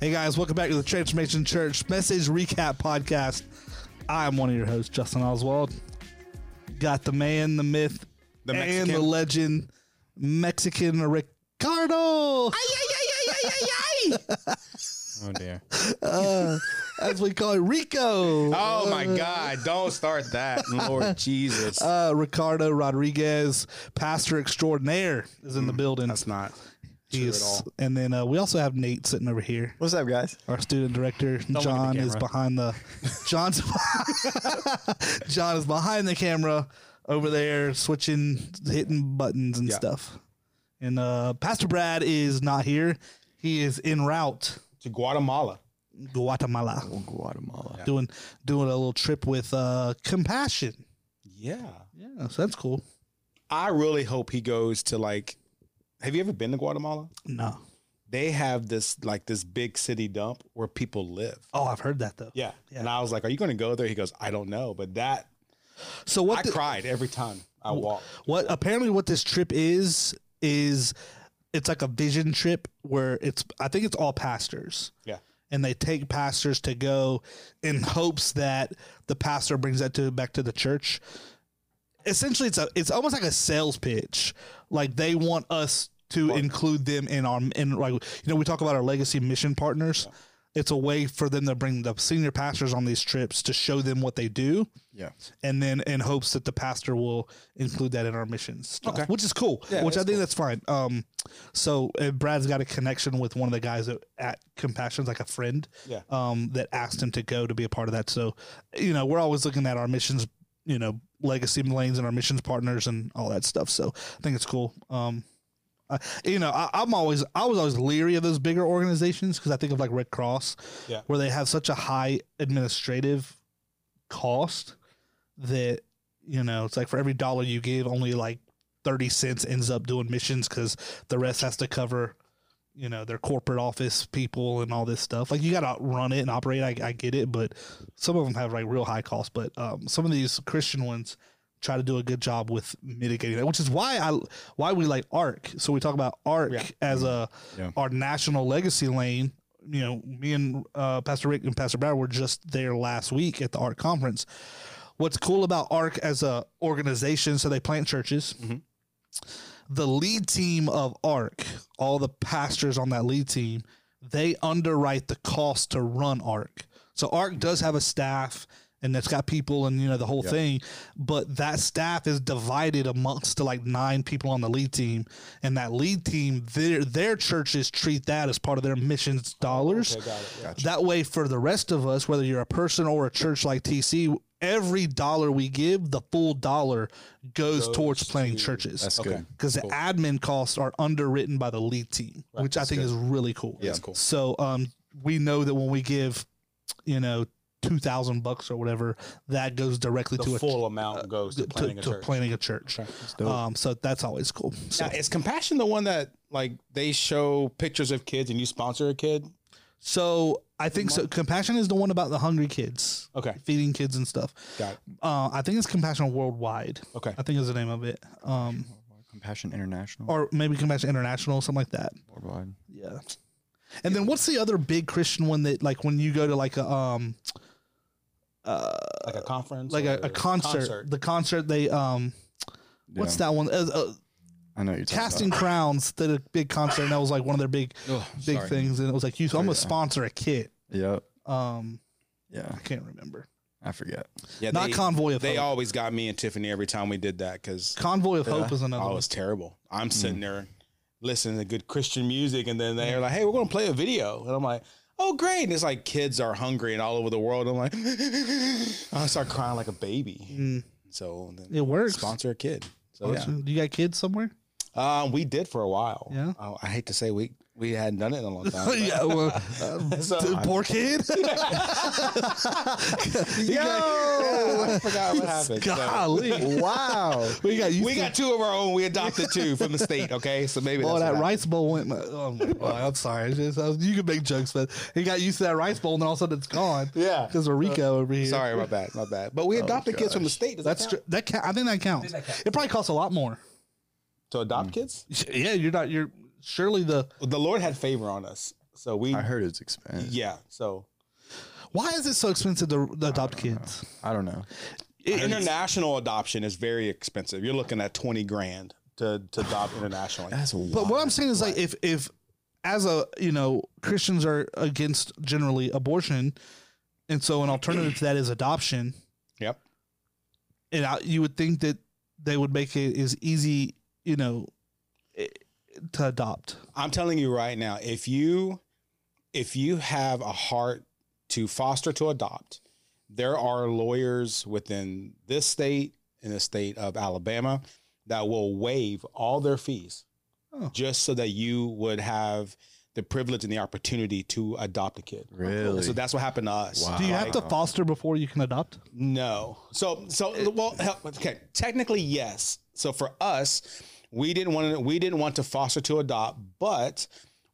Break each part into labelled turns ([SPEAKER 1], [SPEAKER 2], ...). [SPEAKER 1] Hey guys, welcome back to the Transformation Church Message Recap Podcast. I'm one of your hosts, Justin Oswald. Got the man, the myth,
[SPEAKER 2] The
[SPEAKER 1] and
[SPEAKER 2] Mexican.
[SPEAKER 1] the legend, Mexican Ricardo,
[SPEAKER 2] Oh dear.
[SPEAKER 1] Uh, as we call it, Rico.
[SPEAKER 2] Oh my God! Don't start that, Lord Jesus.
[SPEAKER 1] Uh, Ricardo Rodriguez, pastor extraordinaire, is in the building.
[SPEAKER 2] Hmm. That's not true at
[SPEAKER 1] He's,
[SPEAKER 2] all.
[SPEAKER 1] and then uh, we also have Nate sitting over here.
[SPEAKER 3] What's up, guys?
[SPEAKER 1] Our student director John is
[SPEAKER 2] camera.
[SPEAKER 1] behind the John's John is behind the camera over there switching hitting buttons and
[SPEAKER 2] Yeah.
[SPEAKER 1] stuff. And uh Pastor Brad is not here. He is en route
[SPEAKER 2] To Guatemala.
[SPEAKER 1] to
[SPEAKER 2] Oh,
[SPEAKER 1] Guatemala
[SPEAKER 3] Guatemala.
[SPEAKER 1] doing doing a little trip with uh Compassion.
[SPEAKER 2] Yeah.
[SPEAKER 1] Yeah, so that's cool.
[SPEAKER 2] I really hope he goes to like. Have you ever been to Guatemala?
[SPEAKER 1] No.
[SPEAKER 2] They have this like this big city dump where people live.
[SPEAKER 1] Oh, I've heard that though.
[SPEAKER 2] Yeah. And I was like, "Are you going to go there?" He goes, "I don't know," but that
[SPEAKER 1] So what
[SPEAKER 2] I
[SPEAKER 1] the-
[SPEAKER 2] cried every time I walked.
[SPEAKER 1] What apparently what this trip is is it's like a vision trip where it's I think it's all pastors.
[SPEAKER 2] Yeah.
[SPEAKER 1] And they take pastors to go in hopes that the pastor brings that to back to the church. Essentially it's a it's almost like a sales pitch. Like they want us to include them in our in like you know, we talk about our legacy mission partners. It's a way for them to bring the senior pastors on these trips to show them what they do
[SPEAKER 3] Yeah.
[SPEAKER 1] and then in hopes that the pastor will include that in our missions, stuff,
[SPEAKER 2] Okay.
[SPEAKER 1] which is cool.
[SPEAKER 2] Yeah,
[SPEAKER 1] which I
[SPEAKER 2] that's
[SPEAKER 1] think that's fine. Um, so uh, Brad's got a connection with one of the guys at, at Compassion's, like a friend.
[SPEAKER 2] Yeah.
[SPEAKER 1] Um, that asked him to go to be a part of that. So, you know, we're always looking at our missions, you know, legacy lanes and our missions partners and all that stuff. So I think it's cool. Um. I you know, I, I'm always I was always leery of those bigger organizations because I think of like Red Cross,
[SPEAKER 2] Yeah.
[SPEAKER 1] where they have such a high administrative cost that you know it's like for every dollar you give only like 30 cents ends up doing missions because the rest has to cover you know their corporate office people and all this stuff like you gotta run it and operate i, I get it but some of them have like real high costs but um, some of these christian ones try to do a good job with mitigating that which is why i why we like arc so we talk about arc
[SPEAKER 2] Yeah.
[SPEAKER 1] as a
[SPEAKER 3] Yeah.
[SPEAKER 1] our national legacy lane you know me and uh, pastor rick and pastor brad were just there last week at the arc conference what's cool about arc as a organization so they plant churches
[SPEAKER 2] Mhm.
[SPEAKER 1] the lead team of arc all the pastors on that lead team they underwrite the cost to run arc so arc does have a staff and that's got people and you know the whole
[SPEAKER 3] Yeah.
[SPEAKER 1] thing but that staff is divided amongst the like nine people on the lead team and that lead team their their churches treat that as part of their missions dollars
[SPEAKER 2] Okay, got it. Yeah.
[SPEAKER 1] that way, for the rest of us, whether you're a person or a church like TC, every dollar we give, the full dollar goes,
[SPEAKER 2] Goes
[SPEAKER 1] towards planning
[SPEAKER 2] to-
[SPEAKER 1] churches
[SPEAKER 3] That's
[SPEAKER 2] Okay.
[SPEAKER 3] good.
[SPEAKER 1] because the admin costs are underwritten by the lead team,
[SPEAKER 2] Right,
[SPEAKER 1] which I
[SPEAKER 2] that's
[SPEAKER 1] think
[SPEAKER 2] good.
[SPEAKER 1] is really cool.
[SPEAKER 2] That's cool.
[SPEAKER 1] So, um, we know that when we give, you know, two thousand bucks or whatever, that goes directly
[SPEAKER 2] The
[SPEAKER 1] to
[SPEAKER 2] full
[SPEAKER 1] a
[SPEAKER 2] amount goes uh, to
[SPEAKER 1] to,
[SPEAKER 2] planning
[SPEAKER 1] to,
[SPEAKER 2] a church.
[SPEAKER 1] planning a church.
[SPEAKER 2] Okay.
[SPEAKER 3] dope.
[SPEAKER 1] Um, so that's always cool. So,
[SPEAKER 2] Now, is compassion the one that like they show pictures of kids and you sponsor a kid?
[SPEAKER 1] so I think so. Compassion is the one about the hungry kids.
[SPEAKER 2] Okay,
[SPEAKER 1] Feeding kids and stuff.
[SPEAKER 2] got it.
[SPEAKER 1] Uh, I think it's Compassion Worldwide.
[SPEAKER 2] Okay,
[SPEAKER 1] I think is the name of it. Um,
[SPEAKER 3] Compassion International.
[SPEAKER 1] or maybe Compassion International, something like that.
[SPEAKER 3] worldwide.
[SPEAKER 1] Yeah. And then what's the other big Christian one that like when you go to like a um uh
[SPEAKER 2] like a conference,
[SPEAKER 1] like a, a
[SPEAKER 2] or
[SPEAKER 1] concert, the concert they um what's that one uh, uh,
[SPEAKER 3] I know what you're
[SPEAKER 1] casting crowns did a big concert and that was like one of their big
[SPEAKER 3] Oh,
[SPEAKER 1] big things and it was like you almost
[SPEAKER 3] yeah.
[SPEAKER 1] sponsor a kit
[SPEAKER 3] Yep.
[SPEAKER 1] um
[SPEAKER 3] Yeah.
[SPEAKER 1] I can't remember
[SPEAKER 3] I forget.
[SPEAKER 2] Yeah,
[SPEAKER 1] not
[SPEAKER 2] they,
[SPEAKER 1] convoy of
[SPEAKER 2] they
[SPEAKER 1] hope
[SPEAKER 2] always got me and Tiffany every time we did that because
[SPEAKER 1] convoy of hope is another
[SPEAKER 2] I
[SPEAKER 1] one.
[SPEAKER 2] was terrible. I'm
[SPEAKER 1] Mm.
[SPEAKER 2] sitting there listening to good Christian music, and then
[SPEAKER 1] Mm.
[SPEAKER 2] they're like, "Hey, we're going to play a video," and I'm like. Oh great! And it's like kids are hungry and all over the world. I'm like, I start crying like a baby.
[SPEAKER 1] Mm,
[SPEAKER 2] So then
[SPEAKER 1] it works
[SPEAKER 2] sponsor a kid. So yeah,
[SPEAKER 1] Sponsor- do Oh, you got kids somewhere
[SPEAKER 2] um, we did for a while.
[SPEAKER 1] Yeah.
[SPEAKER 2] Oh, I hate to say we we hadn't done it in a long time. Uh, but-
[SPEAKER 1] yeah, well,
[SPEAKER 2] So-
[SPEAKER 1] dude, poor kid.
[SPEAKER 2] Yo, I forgot what happened. So-
[SPEAKER 1] Golly,
[SPEAKER 3] Wow.
[SPEAKER 1] we got you.
[SPEAKER 2] we got two of our own. We adopted two from the state. Okay, so maybe
[SPEAKER 1] Oh,
[SPEAKER 2] that's
[SPEAKER 1] that
[SPEAKER 2] what
[SPEAKER 1] rice bowl went. Oh my God, I'm sorry. It's just- I was- you can make jokes, but he got used to that rice bowl, and all of a sudden it's gone.
[SPEAKER 2] Yeah.
[SPEAKER 1] because of Rico over here.
[SPEAKER 2] happened. Uh, Sorry, my bad, my bad. But we adopted kids from the state. Does
[SPEAKER 1] Oh, that's
[SPEAKER 2] that
[SPEAKER 1] tr-
[SPEAKER 2] count?
[SPEAKER 1] that. Ca- I think that counts. It probably costs a lot more.
[SPEAKER 2] to adopt kids.
[SPEAKER 1] Yeah, you're not. You're surely the
[SPEAKER 2] The Lord had favor on us, so we
[SPEAKER 3] I heard it's expensive.
[SPEAKER 2] yeah. So
[SPEAKER 1] why is it so expensive to, to adopt kids?
[SPEAKER 3] I don't know.
[SPEAKER 1] It-
[SPEAKER 2] international adoption is very expensive. You're looking at twenty grand to to adopt internationally.
[SPEAKER 3] That's a
[SPEAKER 1] But what I'm saying is like if if as a you know Christians are against generally abortion, and so an alternative to that is adoption.
[SPEAKER 2] Yep.
[SPEAKER 1] And I, you would think that they would make it as easy, you know, eh, to adopt.
[SPEAKER 2] I'm telling you right now, if you if you have a heart to foster to adopt, there are lawyers within this state in the state of Alabama that will waive all their fees
[SPEAKER 1] Oh.
[SPEAKER 2] just so that you would have the privilege and the opportunity to adopt a kid.
[SPEAKER 3] really.
[SPEAKER 2] So that's what happened to us.
[SPEAKER 3] Wow.
[SPEAKER 1] Do you have to
[SPEAKER 3] Wow.
[SPEAKER 1] foster before you can adopt?
[SPEAKER 2] No. So so well hell, okay, technically yes. So for us, we didn't want to we didn't want to foster to adopt, but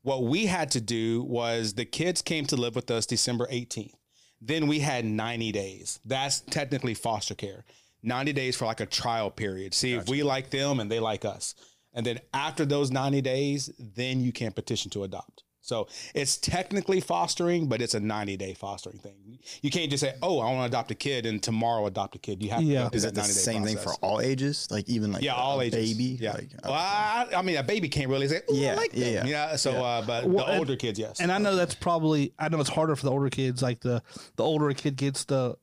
[SPEAKER 2] what we had to do was the kids came to live with us December 18th. Then we had 90 days. That's technically foster care. 90 days for like a trial period. See if we like them and they like us. And then after those 90 days, then you can petition to adopt. So it's technically fostering, but it's a 90 day fostering thing. You can't just say, oh, I want to adopt a kid and tomorrow adopt a kid. You have
[SPEAKER 1] Yeah.
[SPEAKER 2] to go through
[SPEAKER 3] Is it
[SPEAKER 2] that
[SPEAKER 3] the
[SPEAKER 2] 90 day
[SPEAKER 3] same thing for
[SPEAKER 2] process.
[SPEAKER 3] all ages? Like even like
[SPEAKER 2] Yeah,
[SPEAKER 3] a
[SPEAKER 2] all ages.
[SPEAKER 3] baby.
[SPEAKER 2] Yeah.
[SPEAKER 3] Like,
[SPEAKER 2] well, I, I mean, a baby can't really say, oh, I
[SPEAKER 3] Yeah,
[SPEAKER 2] like
[SPEAKER 3] yeah,
[SPEAKER 2] them. Yeah. so,
[SPEAKER 3] yeah.
[SPEAKER 2] uh, but
[SPEAKER 1] Well,
[SPEAKER 2] the
[SPEAKER 1] and-
[SPEAKER 2] older kids, yes.
[SPEAKER 1] And I know that's probably I know it's harder for the older kids. Like the the older a kid gets, the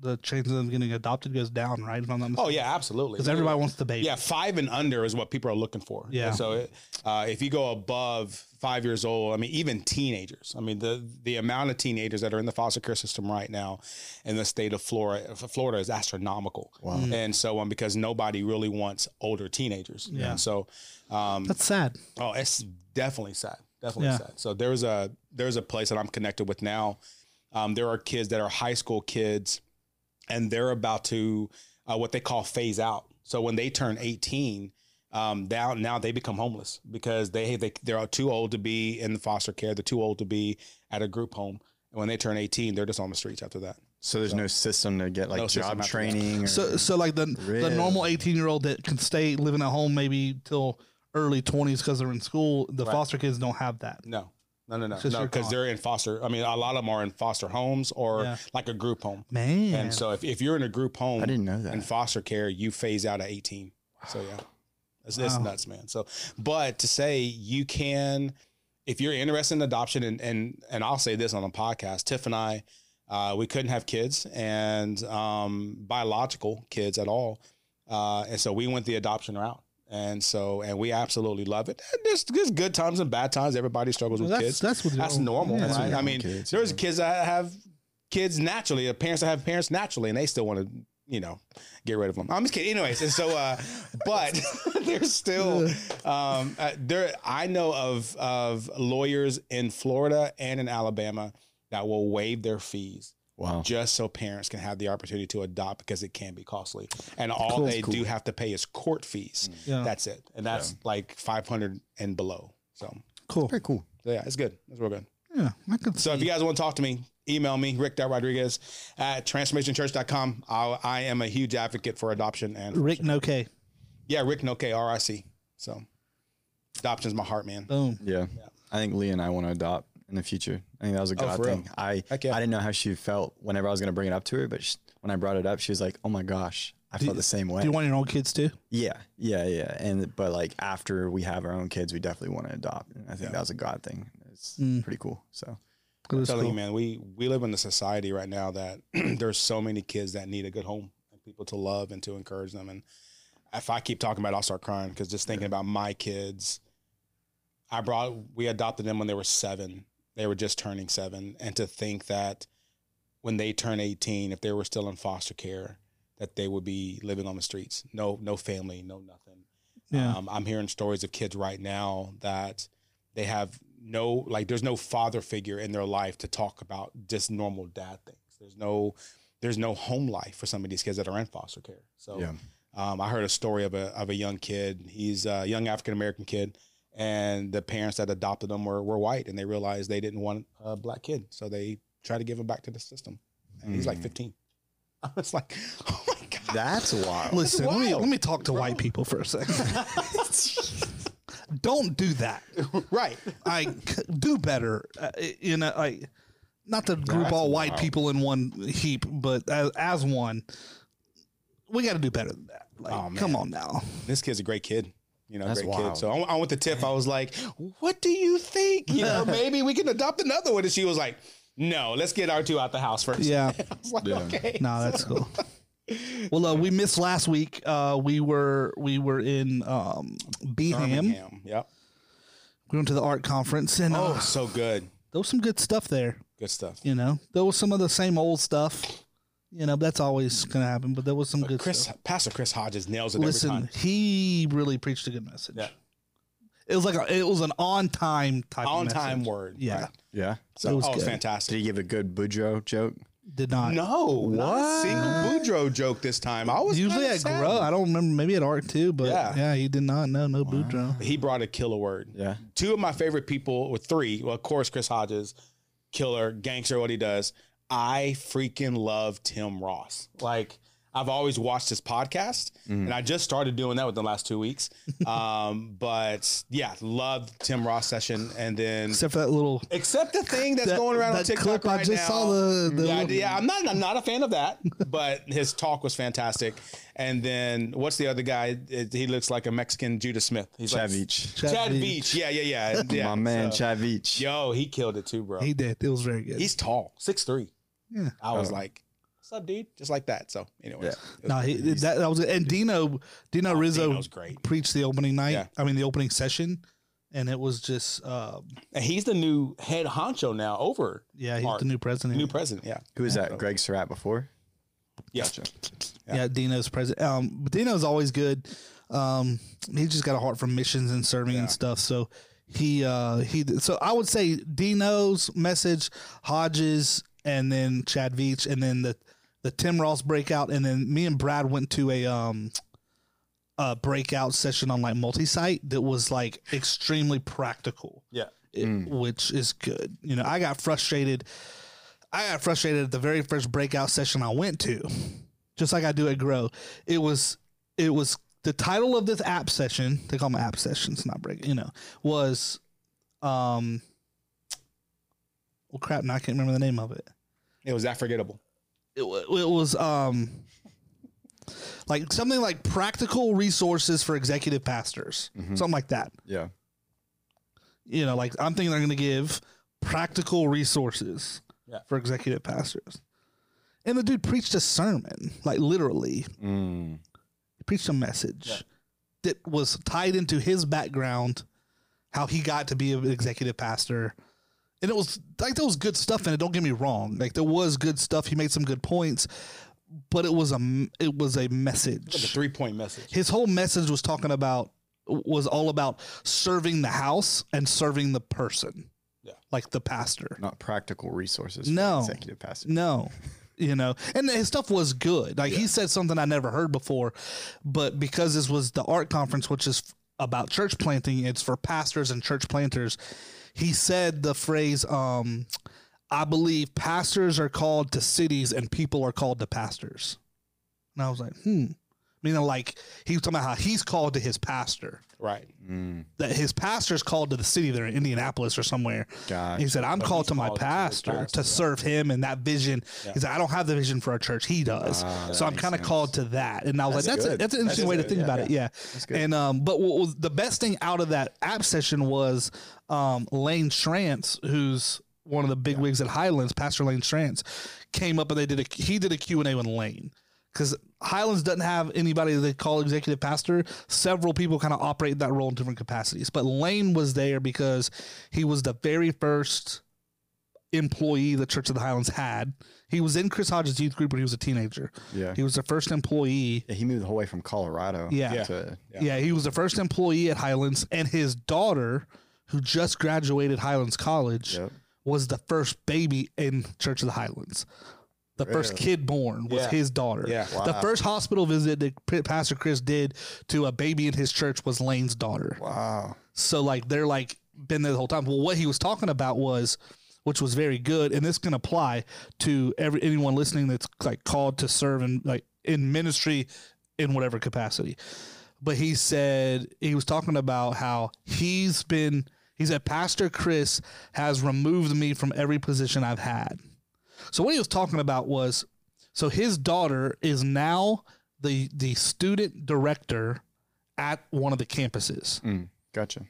[SPEAKER 1] the chance of them getting adopted goes down, right? If I'm not
[SPEAKER 2] oh, yeah, absolutely.
[SPEAKER 1] because everybody wants the baby.
[SPEAKER 2] Yeah, five and under is what people are looking for.
[SPEAKER 1] Yeah.
[SPEAKER 2] And so it, uh, if you go above five years old, I mean, even teenagers. I mean, the the amount of teenagers that are in the foster care system right now in the state of Florida, Florida is astronomical.
[SPEAKER 3] Wow.
[SPEAKER 1] Mm.
[SPEAKER 2] And so um, because nobody really wants older teenagers.
[SPEAKER 1] Yeah.
[SPEAKER 2] And so, um,
[SPEAKER 1] that's sad.
[SPEAKER 2] oh, it's definitely sad. Definitely
[SPEAKER 1] Yeah.
[SPEAKER 2] sad. So there's a there's a place that I'm connected with now. Um, there are kids that are high school kids and they're about to uh, what they call phase out. So when they turn 18, um, now now they become homeless because they they they're too old to be in the foster care. They're too old to be at a group home. And when they turn 18, they're just on the streets after that.
[SPEAKER 3] so there's no system to get like
[SPEAKER 2] No system
[SPEAKER 3] job
[SPEAKER 2] after that.
[SPEAKER 3] training. Or,
[SPEAKER 1] So, so like the the
[SPEAKER 3] Really?
[SPEAKER 1] normal eighteen year old that can stay living at home maybe till early twenties because they're in school. The
[SPEAKER 2] Right.
[SPEAKER 1] foster kids don't have that.
[SPEAKER 2] No. No, no, no,
[SPEAKER 1] It's just
[SPEAKER 2] no,
[SPEAKER 1] your
[SPEAKER 2] because
[SPEAKER 1] thought.
[SPEAKER 2] they're in foster. I mean, a lot of them are in foster homes or
[SPEAKER 1] Yeah.
[SPEAKER 2] like a group home.
[SPEAKER 1] Man,
[SPEAKER 2] And so, if, if you're in a group home,
[SPEAKER 3] I didn't know that.
[SPEAKER 2] in foster care, you phase out at 18. So yeah, it's, it's
[SPEAKER 1] Wow.
[SPEAKER 2] nuts, man. So, but to say you can, if you're interested in adoption, and and and I'll say this on the podcast, Tiff and I, uh, we couldn't have kids and um, biological kids at all, uh, and so we went the adoption route. And so, and we absolutely love it. And There's, there's good times and bad times. Everybody struggles with
[SPEAKER 1] that's
[SPEAKER 2] kids.
[SPEAKER 1] that's what
[SPEAKER 2] That's normal,
[SPEAKER 1] Yeah.
[SPEAKER 3] That's
[SPEAKER 2] right?
[SPEAKER 3] what
[SPEAKER 2] I mean,
[SPEAKER 3] kids,
[SPEAKER 2] there's
[SPEAKER 3] yeah.
[SPEAKER 2] kids that have kids naturally, the parents that have parents naturally, and they still want to, you know, get rid of them. I'm just kidding. Anyways, and so, uh, but there's still, um, uh, there. I know of of lawyers in Florida and in Alabama that will waive their fees
[SPEAKER 3] wow.
[SPEAKER 2] just so parents can have the opportunity to adopt because it can be costly, and all
[SPEAKER 1] Cool.
[SPEAKER 2] they
[SPEAKER 3] Cool.
[SPEAKER 2] do have to pay is court fees.
[SPEAKER 1] Yeah,
[SPEAKER 2] That's it, and that's like 500 and below. So,
[SPEAKER 1] cool.
[SPEAKER 3] Very cool.
[SPEAKER 2] so yeah, it's good. It's real good.
[SPEAKER 1] Yeah, I could
[SPEAKER 2] So if you guys want to talk to me, email me, rick.rodriguez at transformationchurch.com. I, I am a huge advocate for adoption. And
[SPEAKER 1] Rick no K.
[SPEAKER 2] yeah, Rick Noke, R-I-C. So adoption's my heart, man.
[SPEAKER 1] Boom.
[SPEAKER 3] Yeah.
[SPEAKER 2] Yeah.
[SPEAKER 3] I think Lee and I want to adopt in the future. I think that was a
[SPEAKER 2] Oh,
[SPEAKER 3] God
[SPEAKER 2] for real?
[SPEAKER 3] thing. I
[SPEAKER 2] Heck yeah.
[SPEAKER 3] I didn't know how she felt whenever I was going to bring it up to her, but sh when I brought it up, she was like, "Oh my gosh, I felt the same way."
[SPEAKER 1] Do you want your own kids too?
[SPEAKER 3] yeah, yeah, yeah. And but like after we have our own kids, we definitely want to adopt. And I think that was a God thing. It's
[SPEAKER 1] Mm.
[SPEAKER 3] pretty cool. So
[SPEAKER 1] That
[SPEAKER 2] I'm
[SPEAKER 1] is
[SPEAKER 2] telling
[SPEAKER 1] cool.
[SPEAKER 2] you, man, we, we live in a society right now that there's so many kids that need a good home and people to love and to encourage them. And if I keep talking about it, I'll start crying because just thinking about my kids, I brought, we adopted them when they were seven. They were just turning seven. And to think that when they turn 18, if they were still in foster care, that they would be living on the streets. No, no family, no nothing.
[SPEAKER 1] Yeah.
[SPEAKER 2] Um, I'm hearing stories of kids right now that they have no, like, there's no father figure in their life to talk about just normal dad things. There's no, there's no home life for some of these kids that are in foster care. So,
[SPEAKER 3] Yeah.
[SPEAKER 2] um, I heard a story of a of a young kid. He's a young African American kid, and the parents that adopted him were were white, and they realized they didn't want a black kid, so they tried to give him back to the system. And he's
[SPEAKER 1] Hmm.
[SPEAKER 2] like
[SPEAKER 3] Mm.
[SPEAKER 2] 15. I was like, oh my god, Uh,
[SPEAKER 3] that's wild.
[SPEAKER 1] Listen, let me
[SPEAKER 2] wild,
[SPEAKER 1] let me talk to
[SPEAKER 2] bro.
[SPEAKER 1] white people for a second. don't do that.
[SPEAKER 2] right.
[SPEAKER 1] I do better. Uh, you know, like not to group
[SPEAKER 2] that's
[SPEAKER 1] all white
[SPEAKER 2] wild.
[SPEAKER 1] people in one heap, but as, as one, we got to do better than that. Like,
[SPEAKER 2] Oh, man.
[SPEAKER 1] come on now.
[SPEAKER 2] This kid's a great kid. You know,
[SPEAKER 3] That's
[SPEAKER 2] great
[SPEAKER 3] wild.
[SPEAKER 2] kid. So I, I went to Tiff. I was like, "What do you think? You know, maybe we can adopt another one." And she was like, "No, let's get our two out the house first.
[SPEAKER 1] Yeah.
[SPEAKER 2] I was like,
[SPEAKER 3] Yeah.
[SPEAKER 2] "Okay."
[SPEAKER 1] No, that's cool. Well, uh, we missed last week. Uh, we were we were in um, Beeham.
[SPEAKER 2] Birmingham. Yep.
[SPEAKER 1] We went to the art conference, and
[SPEAKER 2] Oh,
[SPEAKER 1] uh,
[SPEAKER 2] so good.
[SPEAKER 1] there was some good stuff there.
[SPEAKER 2] Good stuff.
[SPEAKER 1] You know, there was some of the same old stuff. You know, that's always gonna happen. But there was some good
[SPEAKER 2] Chris,
[SPEAKER 1] stuff.
[SPEAKER 2] Pastor Chris Hodges nails it every
[SPEAKER 1] Listen,
[SPEAKER 2] time.
[SPEAKER 1] he really preached a good message.
[SPEAKER 2] Yeah.
[SPEAKER 1] It was like a, it was an on time type of
[SPEAKER 2] On time
[SPEAKER 1] message.
[SPEAKER 2] word.
[SPEAKER 1] Yeah,
[SPEAKER 2] Right.
[SPEAKER 3] Yeah.
[SPEAKER 2] So
[SPEAKER 1] It was
[SPEAKER 2] it was, oh, it was
[SPEAKER 1] good.
[SPEAKER 3] Did
[SPEAKER 2] fantastic.
[SPEAKER 3] he give a good Boudreaux joke?
[SPEAKER 1] did not.
[SPEAKER 2] No, what? Not a single Boudreaux joke this time. I was
[SPEAKER 1] Usually
[SPEAKER 2] kinda
[SPEAKER 1] at
[SPEAKER 2] sad.
[SPEAKER 1] Grow, I don't remember. Maybe at Art too, but yeah,
[SPEAKER 2] Yeah.
[SPEAKER 1] he did not. No, no Boudreaux.
[SPEAKER 2] He brought a killer word.
[SPEAKER 3] Yeah.
[SPEAKER 2] Two of my favorite people, or three, well, of course, Chris Hodges, killer, gangster, what he does. I freaking love Tim Ross. Like, I've always watched his podcast, and I just started doing that within the last two weeks. Um, but yeah, loved Tim Ross session, and then
[SPEAKER 1] Except for that little
[SPEAKER 2] Except the thing that's
[SPEAKER 1] That-
[SPEAKER 2] going around on
[SPEAKER 1] that
[SPEAKER 2] TikTok
[SPEAKER 1] clip I
[SPEAKER 2] right
[SPEAKER 1] just
[SPEAKER 2] now.
[SPEAKER 1] saw the- the
[SPEAKER 2] yeah, I-
[SPEAKER 1] little-
[SPEAKER 2] yeah, I'm not I'm not a fan of that, but his talk was fantastic. And then what's the other guy? It- He looks like a Mexican Judah Smith. He's like-
[SPEAKER 3] Chavich.
[SPEAKER 1] Chad
[SPEAKER 2] Chad,
[SPEAKER 1] Beach.
[SPEAKER 2] Beach. Yeah, yeah, yeah, yeah.
[SPEAKER 3] My man,
[SPEAKER 2] So-
[SPEAKER 3] Chavich.
[SPEAKER 2] yo, he killed it too, bro.
[SPEAKER 1] He did. It was very good.
[SPEAKER 2] He's tall, six three.
[SPEAKER 1] Yeah.
[SPEAKER 2] I was
[SPEAKER 3] Oh.
[SPEAKER 2] like, "What's up, dude?" Just like that. So, anyways,
[SPEAKER 3] Yeah.
[SPEAKER 2] it was
[SPEAKER 1] no, he,
[SPEAKER 2] great. He's-
[SPEAKER 1] that, that was it. And Dino, Dino Rizzo
[SPEAKER 2] Oh, Dino's great.
[SPEAKER 1] preached the opening night.
[SPEAKER 2] Yeah.
[SPEAKER 1] I mean, the opening session, and it was just, uh,
[SPEAKER 2] and he's the new head honcho now over
[SPEAKER 1] yeah, he's
[SPEAKER 2] Art.
[SPEAKER 1] the new president.
[SPEAKER 2] new president. Yeah,
[SPEAKER 3] Who is that? Greg Surratt before?
[SPEAKER 2] yeah.
[SPEAKER 1] yeah. Dino's president. Um, but Dino's always good. Um, he just got a heart for missions and serving
[SPEAKER 2] Yeah.
[SPEAKER 1] and stuff. So he, uh, he. So I would say Dino's message, Hodges, and then Chad Veach, and then the the Tim Ross breakout, and then me and Brad went to a um a breakout session on like multi-site that was like extremely practical
[SPEAKER 2] Yeah.
[SPEAKER 1] it-
[SPEAKER 3] Mm.
[SPEAKER 1] which is good. You know, I got frustrated. I got frustrated at the very first breakout session I went to, just like I do at Grow. It was it was the title of this app session. They call them app sessions, not break. You know, was um. Well, crap! Now I can't remember the name of it.
[SPEAKER 2] It was that forgettable.
[SPEAKER 1] It, wa- it was um, like something like practical resources for executive pastors,
[SPEAKER 3] Mhm.
[SPEAKER 1] something like that
[SPEAKER 3] Yeah.
[SPEAKER 1] you know, like I'm thinking they're going to give practical resources
[SPEAKER 2] Yeah.
[SPEAKER 1] for executive pastors. And the dude preached a sermon, like literally,
[SPEAKER 3] Mm.
[SPEAKER 1] he preached a message
[SPEAKER 2] Yeah.
[SPEAKER 1] that was tied into his background, how he got to be an executive pastor. And it was like there was good stuff in it. Don't get me wrong; like there was good stuff. He made some good points, but it was a m- it was a
[SPEAKER 2] Like a
[SPEAKER 1] message
[SPEAKER 2] three point message.
[SPEAKER 1] his whole message was talking about was all about serving the house and serving the person
[SPEAKER 2] Yeah.
[SPEAKER 1] like the pastor
[SPEAKER 3] Not practical resources. for
[SPEAKER 1] No.
[SPEAKER 3] Executive pastor.
[SPEAKER 1] no you know and his stuff was good like he said something i never heard before but because this was the art conference which is f- about church planting it's for pastors and church planters he said the phrase um i believe pastors are called to cities and people are called to pastors and i was like hmm you know like he was talking about how he's called to his pastor
[SPEAKER 2] Right.
[SPEAKER 3] Mm.
[SPEAKER 1] that his pastor's called to the city there in Indianapolis or somewhere. He
[SPEAKER 3] Gosh.
[SPEAKER 1] said, I'm
[SPEAKER 2] But
[SPEAKER 1] called
[SPEAKER 2] he's
[SPEAKER 1] to my
[SPEAKER 2] called to his
[SPEAKER 1] pastor to,
[SPEAKER 2] pastor, yeah.
[SPEAKER 1] serve him and that vision.
[SPEAKER 2] Yeah.
[SPEAKER 1] He said, I don't have the vision for our church. He does.
[SPEAKER 3] Ah, that
[SPEAKER 1] so I'm
[SPEAKER 3] makes
[SPEAKER 1] kind of
[SPEAKER 3] sense.
[SPEAKER 1] called to that. And I
[SPEAKER 3] That's
[SPEAKER 1] was like, that's, a,
[SPEAKER 3] good.
[SPEAKER 1] that's an
[SPEAKER 3] That
[SPEAKER 1] interesting
[SPEAKER 2] is
[SPEAKER 1] way to
[SPEAKER 2] good.
[SPEAKER 1] think
[SPEAKER 2] Yeah.
[SPEAKER 1] about it. Yeah.
[SPEAKER 3] good.
[SPEAKER 1] And, um, but what was the best thing out of that app session was, um, Lane Schrantz, who's one of the big wigs at Highlands, Pastor Lane Schrantz came up and they did a, he did a Q and A with Lane. Because Highlands doesn't have anybody that they call executive pastor. Several people kind of operate that role in different capacities. But Lane was there because he was the very first employee the Church of the Highlands had. He was in Chris Hodges' youth group when he was a teenager.
[SPEAKER 3] Yeah.
[SPEAKER 1] He was the first employee.
[SPEAKER 3] Yeah, He moved the whole way from Colorado.
[SPEAKER 1] Yeah. Yeah.
[SPEAKER 3] To,
[SPEAKER 1] Yeah. he was the first employee at Highlands, and his daughter, who just graduated Highlands College,
[SPEAKER 3] yep.
[SPEAKER 1] was the first baby in Church of the Highlands. The first
[SPEAKER 3] Really?
[SPEAKER 1] kid born was
[SPEAKER 2] Yeah.
[SPEAKER 1] his daughter.
[SPEAKER 2] Yeah.
[SPEAKER 3] Wow.
[SPEAKER 1] The first hospital visit that P- Pastor Chris did to a baby in his church was Lane's daughter.
[SPEAKER 3] Wow.
[SPEAKER 1] So like they're like been there the whole time. Well, what he was talking about was, which was very good, and this can apply to every anyone listening that's like called to serve and like in ministry in whatever capacity. but he said he was talking about how he's been he said pastor chris has removed me from every position i've had so what he was talking about was so his daughter is now the the student director at one of the campuses
[SPEAKER 3] Mm, gotcha.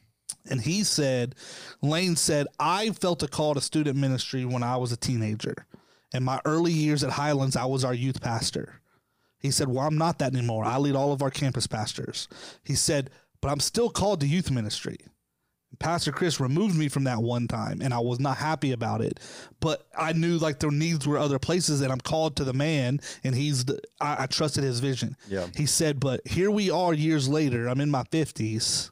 [SPEAKER 1] and he said, Lane said, I felt a call to student ministry when I was a teenager. In my early years at Highlands, I was our youth pastor. He said, Well, I'm not that anymore. I lead all of our campus pastors. He said, But I'm still called to youth ministry. Pastor Chris removed me from that one time and I was not happy about it. But I knew like their needs were other places and I'm called to the man and he's the, I, I trusted his vision.
[SPEAKER 3] Yeah.
[SPEAKER 1] He said, but here we are years later. I'm in my 50s.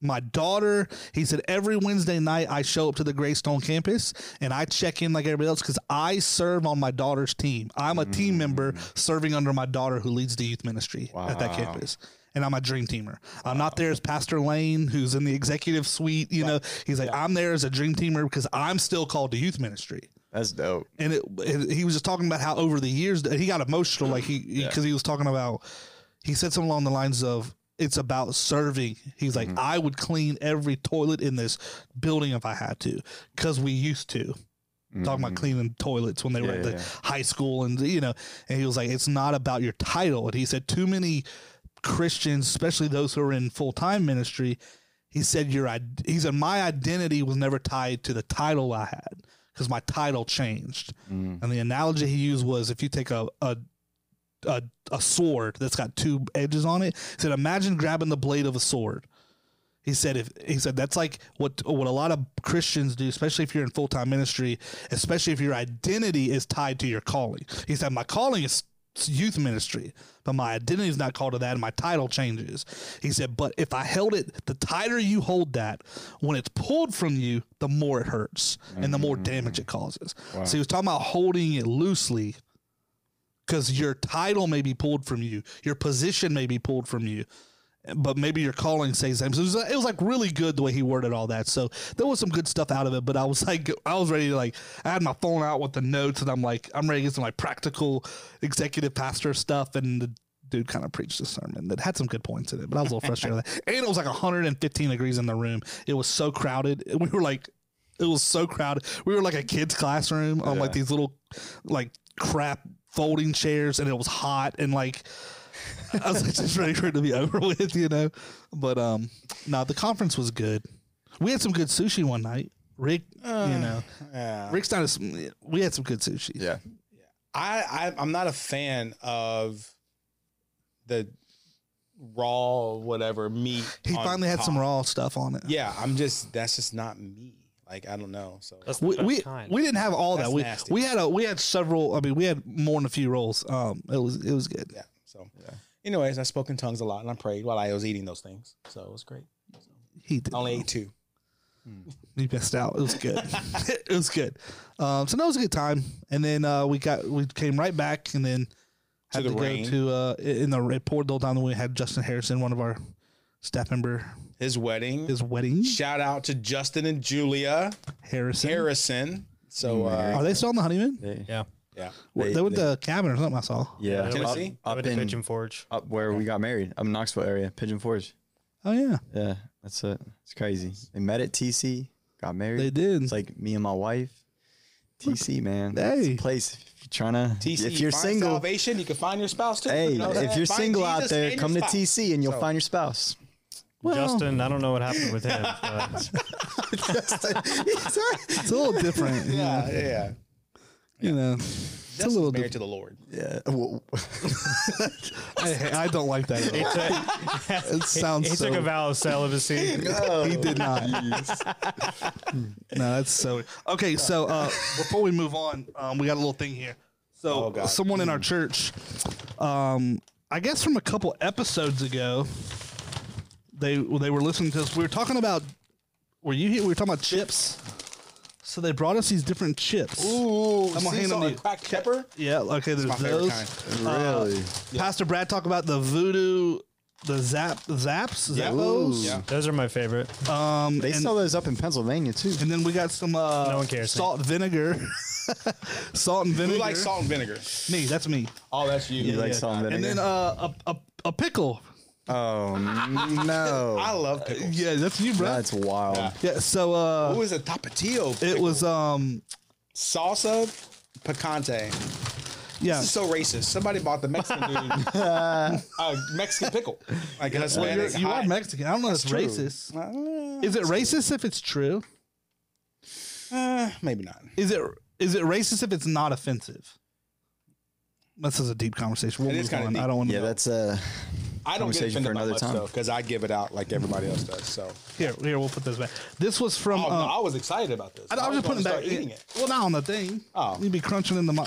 [SPEAKER 1] My daughter, he said, every Wednesday night I show up to the Greystone campus and I check in like everybody else because I serve on my daughter's team. I'm a team member serving under my daughter who leads the youth ministry at that
[SPEAKER 3] Mm. Wow.
[SPEAKER 1] campus. And I'm a dream teamer. I'm not there as Pastor Lane, who's in the executive suite. You know, he's like, I'm there as a dream teamer because I'm still called to youth ministry
[SPEAKER 3] That's dope.
[SPEAKER 1] and it, and he was just talking about how over the years that he got emotional like he because he was talking about he said something along the lines of it's about serving he's
[SPEAKER 3] Mm-hmm.
[SPEAKER 1] like i would clean every toilet in this building if i had to because we used to talking about cleaning toilets when they were
[SPEAKER 3] Mm-hmm. Yeah,
[SPEAKER 1] at the
[SPEAKER 3] yeah,
[SPEAKER 1] high school and you know and he was like it's not about your title and he said too many christians especially those who are in full-time ministry he said your id- he said my identity was never tied to the title i had because my title changed
[SPEAKER 3] Mm.
[SPEAKER 1] and the analogy he used was if you take a, a a a sword that's got two edges on it. He said, imagine grabbing the blade of a sword. He said, if he said that's like what what a lot of Christians do, especially if you're in full time ministry, especially if your identity is tied to your calling. He said, my calling is youth ministry, but my identity is not called to that, and my title changes. He said, but if I held it, the tighter you hold that, when it's pulled from you, the more it hurts and the more damage it causes. So he was talking about holding it loosely because your title may be pulled from you, your position may be pulled from you, but maybe your calling stays the same. So it was, it was like really good the way he worded all that. So there was some good stuff out of it, but I was like, I was ready to like, I had my phone out with the notes, and I'm like, I'm ready to get some like practical executive pastor stuff, and the dude kind of preached a sermon that had some good points in it, but I was a little frustrated. with that. And it was like 115 degrees in the room. It was so crowded. We were like. It was so crowded. We were like a kid's classroom on like
[SPEAKER 3] Yeah.
[SPEAKER 1] these little like crap folding chairs and it was hot and like I was like just ready for it to be over with, you know. But um no, the conference was good. We had some good sushi one night. Rick,
[SPEAKER 2] Uh.
[SPEAKER 1] you know,
[SPEAKER 2] Yeah.
[SPEAKER 1] Rick's not as we had some good sushi.
[SPEAKER 3] Yeah.
[SPEAKER 2] I, I I'm not a fan of the raw whatever meat.
[SPEAKER 1] He
[SPEAKER 2] on
[SPEAKER 1] finally had some
[SPEAKER 2] top.
[SPEAKER 1] raw stuff on it.
[SPEAKER 2] Yeah, I'm just that's just not me. Like I don't know. So
[SPEAKER 4] That's the
[SPEAKER 1] We,
[SPEAKER 4] best
[SPEAKER 1] we,
[SPEAKER 4] kind.
[SPEAKER 1] we didn't have all
[SPEAKER 2] That's
[SPEAKER 1] that. We
[SPEAKER 2] nasty.
[SPEAKER 1] we had a we had several I mean we had more than a few rolls. Um it was it was good.
[SPEAKER 2] yeah. So
[SPEAKER 3] Yeah.
[SPEAKER 2] anyways, I spoke in tongues a lot and I prayed while I was eating those things. So it was great.
[SPEAKER 1] He did
[SPEAKER 2] I only ate two.
[SPEAKER 1] You missed out. It was good. it was good. Um, so that was a good time. And then uh, we got we came right back, and then
[SPEAKER 2] To
[SPEAKER 1] had to,
[SPEAKER 2] the
[SPEAKER 1] go
[SPEAKER 2] rain.
[SPEAKER 1] to uh, in the it poured the whole time. We had Justin Harrison, one of our staff member,
[SPEAKER 2] His wedding.
[SPEAKER 1] his wedding.
[SPEAKER 2] Shout out to Justin and Julia
[SPEAKER 1] Harrison.
[SPEAKER 2] Harrison. So uh,
[SPEAKER 1] Are they still on the honeymoon?
[SPEAKER 3] Mm, They-
[SPEAKER 4] yeah.
[SPEAKER 2] yeah.
[SPEAKER 1] They,
[SPEAKER 3] they-
[SPEAKER 1] went to cabin or something. I saw.
[SPEAKER 3] yeah.
[SPEAKER 2] Tennessee?
[SPEAKER 4] I
[SPEAKER 3] Up,
[SPEAKER 4] went
[SPEAKER 3] up
[SPEAKER 4] to
[SPEAKER 3] in
[SPEAKER 4] Pigeon Forge.
[SPEAKER 3] up where we got married, up in Knoxville area, Pigeon Forge.
[SPEAKER 1] Oh yeah,
[SPEAKER 3] Yeah, that's it. It's crazy. They met at TC, got married.
[SPEAKER 1] they did.
[SPEAKER 3] It's like me and my wife. TC man,
[SPEAKER 1] Hey.
[SPEAKER 3] it's a place. If you're trying to,
[SPEAKER 2] TC,
[SPEAKER 3] if you're
[SPEAKER 2] find
[SPEAKER 3] single,
[SPEAKER 2] salvation, you can find your spouse too.
[SPEAKER 3] hey,
[SPEAKER 2] You know
[SPEAKER 3] if
[SPEAKER 2] that?
[SPEAKER 3] you're
[SPEAKER 2] Find
[SPEAKER 3] single out
[SPEAKER 2] Jesus
[SPEAKER 3] there,
[SPEAKER 2] and
[SPEAKER 3] come
[SPEAKER 2] your
[SPEAKER 3] to
[SPEAKER 2] spouse.
[SPEAKER 3] TC and you'll
[SPEAKER 2] So-
[SPEAKER 3] find your spouse.
[SPEAKER 1] Well-
[SPEAKER 4] Justin, I don't know what happened with him. but
[SPEAKER 1] it's a little different.
[SPEAKER 2] Yeah, yeah. yeah.
[SPEAKER 1] you know, it's a
[SPEAKER 2] Justin's
[SPEAKER 1] little different.
[SPEAKER 2] married to the Lord.
[SPEAKER 3] yeah, well,
[SPEAKER 1] I, I don't like that. At all. It sounds
[SPEAKER 4] he
[SPEAKER 1] so.
[SPEAKER 4] took a vow of celibacy.
[SPEAKER 2] Oh,
[SPEAKER 1] he did not. No, Hmm. that's so. Okay, so uh, before we move on, um, we got a little thing here.
[SPEAKER 2] Oh,
[SPEAKER 1] So
[SPEAKER 2] God.
[SPEAKER 1] someone in our church, um, I guess from a couple episodes ago, they they were listening to us. We were talking about. Were you here? We were talking about chips. So they brought us these different chips.
[SPEAKER 2] Ooh,
[SPEAKER 1] I'm gonna hand them to you.
[SPEAKER 2] cracked pepper.
[SPEAKER 1] Yeah. Okay. There's
[SPEAKER 2] My favorite
[SPEAKER 1] those.
[SPEAKER 2] kind.
[SPEAKER 3] really.
[SPEAKER 1] Pastor Brad talked about the voodoo, the zap zaps,
[SPEAKER 2] Yeah.
[SPEAKER 1] zappos.
[SPEAKER 2] Yeah.
[SPEAKER 4] Those are my favorite.
[SPEAKER 3] They sell those up in Pennsylvania too.
[SPEAKER 1] And then we got some uh,
[SPEAKER 4] No one cares,
[SPEAKER 1] salt vinegar. salt and vinegar.
[SPEAKER 2] Who likes salt and vinegar?
[SPEAKER 1] Me, that's me.
[SPEAKER 2] Oh, that's you.
[SPEAKER 3] You like salt and
[SPEAKER 1] And
[SPEAKER 2] uh,
[SPEAKER 3] vinegar?
[SPEAKER 1] then uh, a, a, a pickle
[SPEAKER 3] Oh no.
[SPEAKER 2] I love pickles.
[SPEAKER 1] Yeah, that's you, bro.
[SPEAKER 3] That's wild.
[SPEAKER 2] Yeah.
[SPEAKER 1] yeah, so
[SPEAKER 2] What
[SPEAKER 1] uh,
[SPEAKER 2] was a tapatio?
[SPEAKER 1] it was um,
[SPEAKER 2] salsa picante.
[SPEAKER 1] yeah.
[SPEAKER 2] This is so racist. Somebody bought the Mexican dude a Mexican pickle. Like a
[SPEAKER 1] Well, you're,
[SPEAKER 2] Hispanic.
[SPEAKER 1] you are
[SPEAKER 2] hot.
[SPEAKER 1] Mexican. I don't know if it's
[SPEAKER 2] true.
[SPEAKER 1] racist. Is it racist if it's true?
[SPEAKER 2] Uh, maybe not.
[SPEAKER 1] Is it is it racist if it's not offensive? This is a deep conversation. We'll
[SPEAKER 2] It is
[SPEAKER 1] move
[SPEAKER 2] kinda
[SPEAKER 1] on.
[SPEAKER 2] deep.
[SPEAKER 1] I don't want to.
[SPEAKER 3] Yeah, that's uh
[SPEAKER 2] I don't get
[SPEAKER 3] Conversation
[SPEAKER 2] offended
[SPEAKER 3] for
[SPEAKER 2] by
[SPEAKER 3] another
[SPEAKER 2] much
[SPEAKER 3] time.
[SPEAKER 2] though, because I give it out like everybody else does. So
[SPEAKER 1] here. Here, we'll put this back. This was from.
[SPEAKER 2] oh, no,
[SPEAKER 1] um,
[SPEAKER 2] I was excited about this.
[SPEAKER 1] I, I was just
[SPEAKER 2] gonna
[SPEAKER 1] putting it
[SPEAKER 2] start
[SPEAKER 1] back.
[SPEAKER 2] eating it.
[SPEAKER 1] Well, not on the thing.
[SPEAKER 2] Oh.
[SPEAKER 1] you'd be crunching in the. Mo-